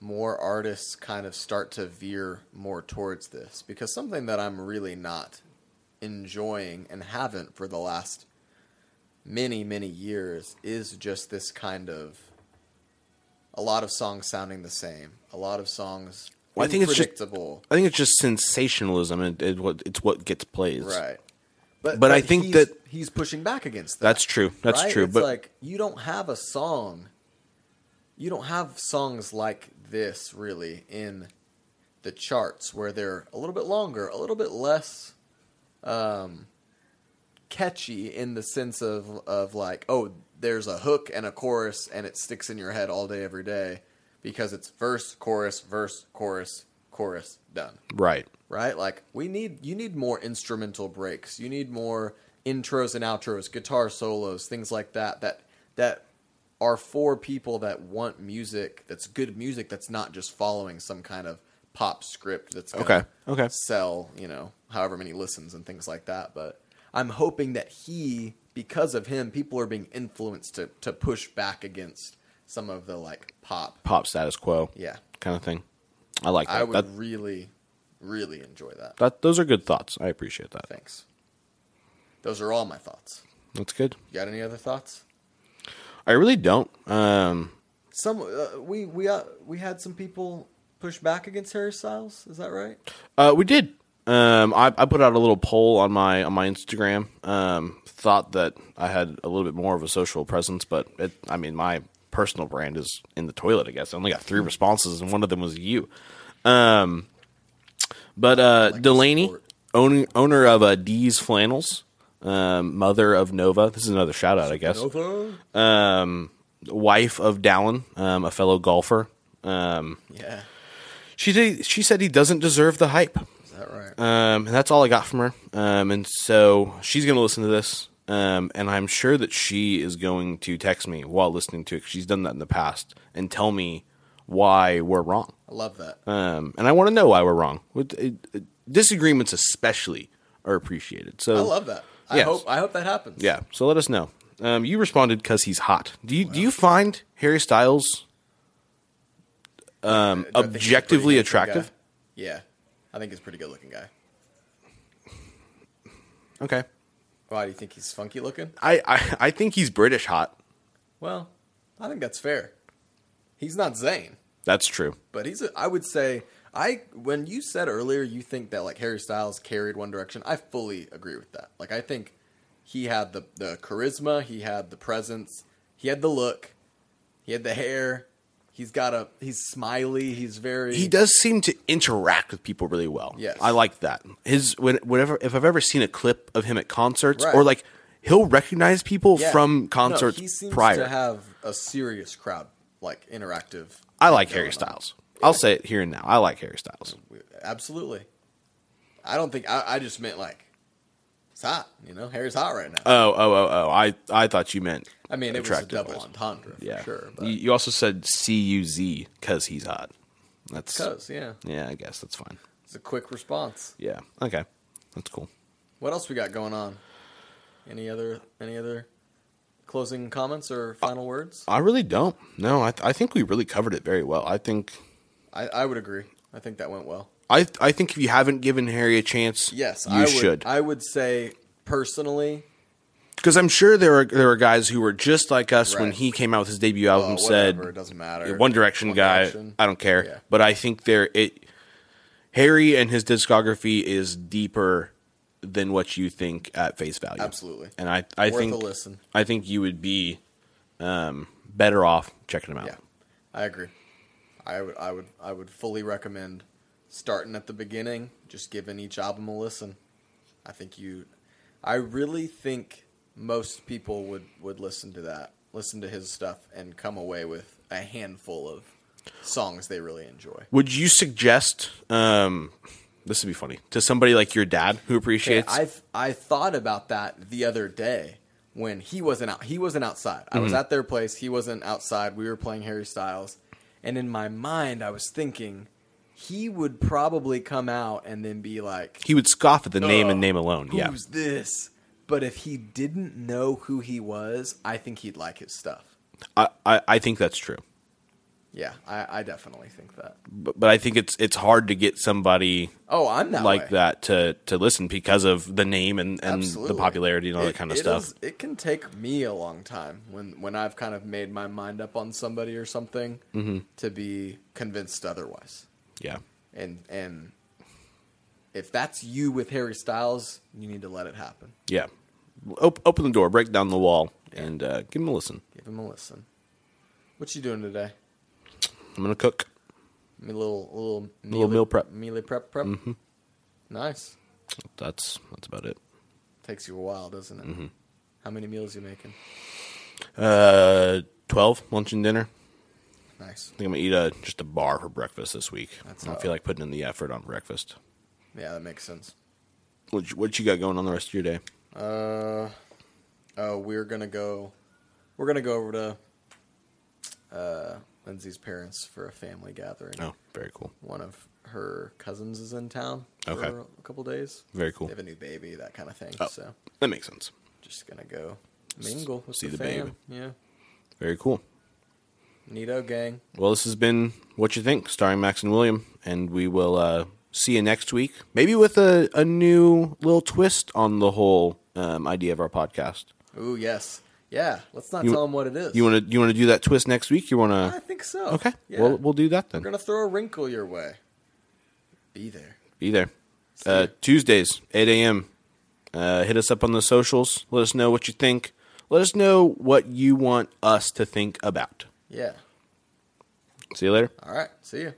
[SPEAKER 1] more artists kind of start to veer more towards this because something that I'm really not enjoying and haven't for the last many many years is just this kind of a lot of songs sounding the same, a lot of songs
[SPEAKER 2] Well, I think it's just-
[SPEAKER 1] predictable.
[SPEAKER 2] I think it's just sensationalism and it, what it's what gets plays.
[SPEAKER 1] Right. But,
[SPEAKER 2] But I think
[SPEAKER 1] he's-
[SPEAKER 2] that-
[SPEAKER 1] he's pushing back against that.
[SPEAKER 2] That's true. That's
[SPEAKER 1] right?
[SPEAKER 2] true.
[SPEAKER 1] It's
[SPEAKER 2] but
[SPEAKER 1] like you don't have a song. You don't have songs like this really in the charts where they're a little bit longer, a little bit less um, catchy in the sense of of like, oh, there's a hook and a chorus and it sticks in your head all day every day because it's verse, chorus, verse, chorus, chorus, done
[SPEAKER 2] right.
[SPEAKER 1] right? Like we need you need more instrumental breaks. You need more intros and outros, guitar solos, things like that that that are for people that want music that's good music that's not just following some kind of pop script that's gonna
[SPEAKER 2] Okay, okay.
[SPEAKER 1] sell you know however many listens and things like that but i'm hoping that he because of him people are being influenced to to push back against some of the like pop
[SPEAKER 2] pop status quo.
[SPEAKER 1] Yeah.
[SPEAKER 2] kind of thing. I like that.
[SPEAKER 1] i would
[SPEAKER 2] that,
[SPEAKER 1] really really enjoy that
[SPEAKER 2] that- those are good thoughts. I appreciate that.
[SPEAKER 1] thanks those are all my thoughts
[SPEAKER 2] That's good.
[SPEAKER 1] you got any other thoughts
[SPEAKER 2] I really don't. Um,
[SPEAKER 1] some uh, we we uh, we had some people push back against Harry Styles. Is that right?
[SPEAKER 2] Uh, we did. Um, I, I put out a little poll on my on my Instagram. Um, thought that I had a little bit more of a social presence, but it, I mean, my personal brand is in the toilet. I guess I only got three responses, and one of them was you. Um, but uh,
[SPEAKER 1] Like
[SPEAKER 2] Delaney,
[SPEAKER 1] sport.
[SPEAKER 2] owner owner of uh, D's Flannels, um, mother of Nova. This is another shout out, I guess um, wife of Dallin, um, a fellow golfer. Um,
[SPEAKER 1] Yeah.
[SPEAKER 2] she did, she said he doesn't deserve the hype.
[SPEAKER 1] Is that right?
[SPEAKER 2] Um, and that's all I got from her. Um, and so she's going to listen to this. Um, and I'm sure that she is going to text me while listening to it. 'cause she's done that in the past and tell me why we're wrong.
[SPEAKER 1] I love that.
[SPEAKER 2] Um, and I want to know why we're wrong. With- it- it- Disagreements, especially, are appreciated. So
[SPEAKER 1] I love that. I
[SPEAKER 2] yes.
[SPEAKER 1] hope I hope that happens.
[SPEAKER 2] yeah. So let us know. Um, you responded because he's hot. Do you do you find Harry Styles
[SPEAKER 1] I think he's a pretty
[SPEAKER 2] objectively
[SPEAKER 1] good-looking
[SPEAKER 2] attractive?
[SPEAKER 1] guy. Yeah, I think he's a pretty good looking guy.
[SPEAKER 2] Okay.
[SPEAKER 1] Why do you think he's funky looking?
[SPEAKER 2] I, I I think he's British hot.
[SPEAKER 1] Well, I think that's fair. He's not Zayn,
[SPEAKER 2] That's true.
[SPEAKER 1] but he's. A, I would say I when you said earlier you think that like Harry Styles carried One Direction. I fully agree with that. Like I think he had the the charisma, he had the presence, he had the look, he had the hair. He's got a. He's smiley. He's very.
[SPEAKER 2] He does seem to interact with people really well.
[SPEAKER 1] Yes.
[SPEAKER 2] I like that. His when whenever if I've ever seen a clip of him at concerts
[SPEAKER 1] Right.
[SPEAKER 2] or like he'll recognize people
[SPEAKER 1] Yeah.
[SPEAKER 2] from
[SPEAKER 1] No,
[SPEAKER 2] concerts
[SPEAKER 1] he seems
[SPEAKER 2] prior.
[SPEAKER 1] to have a serious crowd, like interactive.
[SPEAKER 2] I like
[SPEAKER 1] thing going
[SPEAKER 2] Harry
[SPEAKER 1] on.
[SPEAKER 2] Styles. I'll say it here and now. I like Harry Styles.
[SPEAKER 1] Absolutely. I don't think I, I just meant like it's hot. You know, Harry's hot right now.
[SPEAKER 2] Oh, oh, oh, oh. I I thought you meant
[SPEAKER 1] I mean, it was a
[SPEAKER 2] attractive
[SPEAKER 1] double
[SPEAKER 2] wise.
[SPEAKER 1] entendre for
[SPEAKER 2] Yeah.
[SPEAKER 1] sure.
[SPEAKER 2] you,
[SPEAKER 1] But
[SPEAKER 2] you also said C U Z cuz he's hot. That's
[SPEAKER 1] because yeah,
[SPEAKER 2] Yeah, I guess that's fine.
[SPEAKER 1] it's a quick response.
[SPEAKER 2] Yeah. Okay. That's cool.
[SPEAKER 1] What else we got going on? Any other any other closing comments or final words?
[SPEAKER 2] I really don't. No, I, th- I think we really covered it very well. I think
[SPEAKER 1] I, I would agree. I think that went well.
[SPEAKER 2] I th- I think if you haven't given Harry a chance,
[SPEAKER 1] Yes,
[SPEAKER 2] you
[SPEAKER 1] I would,
[SPEAKER 2] should.
[SPEAKER 1] I would say personally,
[SPEAKER 2] Because I'm sure there are there are guys who were just like us when
[SPEAKER 1] Right.
[SPEAKER 2] he came out with his debut
[SPEAKER 1] oh,
[SPEAKER 2] album.
[SPEAKER 1] whatever,
[SPEAKER 2] said
[SPEAKER 1] it doesn't matter.
[SPEAKER 2] One Direction
[SPEAKER 1] One
[SPEAKER 2] guy.
[SPEAKER 1] Direction.
[SPEAKER 2] I don't care.
[SPEAKER 1] Yeah.
[SPEAKER 2] But I think there it Harry and his discography is deeper than what you think at face value.
[SPEAKER 1] Absolutely.
[SPEAKER 2] And I I
[SPEAKER 1] Worth
[SPEAKER 2] think
[SPEAKER 1] a listen.
[SPEAKER 2] I think you would be um, better off checking him out.
[SPEAKER 1] Yeah, I agree. I would, I would, I would fully recommend starting at the beginning, just giving each album a listen. I think you, I really think most people would would listen to that, listen to his stuff, and come away with a handful of songs they really enjoy.
[SPEAKER 2] Would you suggest um, this would be funny to somebody like your dad who appreciates?
[SPEAKER 1] I I thought about that the other day when he wasn't out. He wasn't outside. I
[SPEAKER 2] Mm-hmm.
[SPEAKER 1] was at their place. He wasn't outside. We were playing Harry Styles, and in my mind, I was thinking he would probably come out and then be like,
[SPEAKER 2] he would scoff at the name
[SPEAKER 1] Ugh,
[SPEAKER 2] and name alone.
[SPEAKER 1] "Who's
[SPEAKER 2] Yeah,
[SPEAKER 1] this?" But if he didn't know who he was, I think he'd like his stuff.
[SPEAKER 2] I, I, I think that's true,
[SPEAKER 1] Yeah, I, I definitely think that.
[SPEAKER 2] but, but I think it's it's hard to get somebody
[SPEAKER 1] Oh, I'm that
[SPEAKER 2] like
[SPEAKER 1] way.
[SPEAKER 2] that to to listen because of the name and, and the
[SPEAKER 1] Absolutely.
[SPEAKER 2] popularity and all that
[SPEAKER 1] It-
[SPEAKER 2] kind of
[SPEAKER 1] it
[SPEAKER 2] stuff.
[SPEAKER 1] is- it can take me a long time when when I've kind of made my mind up on somebody or something
[SPEAKER 2] Mm-hmm.
[SPEAKER 1] to be convinced otherwise.
[SPEAKER 2] yeah,
[SPEAKER 1] And and if that's you with Harry Styles, you need to let it happen.
[SPEAKER 2] yeah. Op- open the door, break down the wall, and uh, give him a listen.
[SPEAKER 1] Give him a listen. What you doing today?
[SPEAKER 2] I'm gonna cook.
[SPEAKER 1] Me a little little
[SPEAKER 2] Little meal prep. Mm-hmm.
[SPEAKER 1] meal prep prep. Nice.
[SPEAKER 2] That's that's about it.
[SPEAKER 1] Takes you a while, doesn't it?
[SPEAKER 2] Mm-hmm.
[SPEAKER 1] How many meals you making?
[SPEAKER 2] Uh, twelve lunch and dinner.
[SPEAKER 1] Nice.
[SPEAKER 2] I think I'm gonna eat a just a bar for breakfast this week.
[SPEAKER 1] That's
[SPEAKER 2] I don't
[SPEAKER 1] not-
[SPEAKER 2] feel like putting in the effort on breakfast.
[SPEAKER 1] Yeah, that makes sense.
[SPEAKER 2] What you, what you got going on the rest of your day?
[SPEAKER 1] Uh, oh, we're gonna go. We're gonna go over to uh, Lindsay's parents for a family gathering.
[SPEAKER 2] Oh, very cool.
[SPEAKER 1] One of her cousins is in town
[SPEAKER 2] Okay.
[SPEAKER 1] for a couple days.
[SPEAKER 2] Very cool.
[SPEAKER 1] They have a new baby, that kind of thing.
[SPEAKER 2] Oh,
[SPEAKER 1] So
[SPEAKER 2] that makes sense.
[SPEAKER 1] just gonna go mingle with
[SPEAKER 2] see
[SPEAKER 1] the,
[SPEAKER 2] the
[SPEAKER 1] fam.
[SPEAKER 2] baby.
[SPEAKER 1] Yeah,
[SPEAKER 2] Very cool.
[SPEAKER 1] Neato gang.
[SPEAKER 2] Well, this has been What You Think, starring Max and William, and we will uh, see you next week, maybe with a, a new little twist on the whole um, idea of our podcast.
[SPEAKER 1] Ooh, yes, yeah. Let's not
[SPEAKER 2] You-
[SPEAKER 1] tell them what it is.
[SPEAKER 2] You want to you want to do that twist next week? You want
[SPEAKER 1] I
[SPEAKER 2] to?
[SPEAKER 1] think so.
[SPEAKER 2] Okay,
[SPEAKER 1] Yeah.
[SPEAKER 2] we'll we'll do that
[SPEAKER 1] We're
[SPEAKER 2] then.
[SPEAKER 1] gonna throw a wrinkle your way. Be there.
[SPEAKER 2] Be there. Uh, Tuesdays, eight a.m. Uh, hit us up on the socials. Let us know what you think. Let us know what you want us to think about.
[SPEAKER 1] Yeah.
[SPEAKER 2] See you later.
[SPEAKER 1] All right. See you.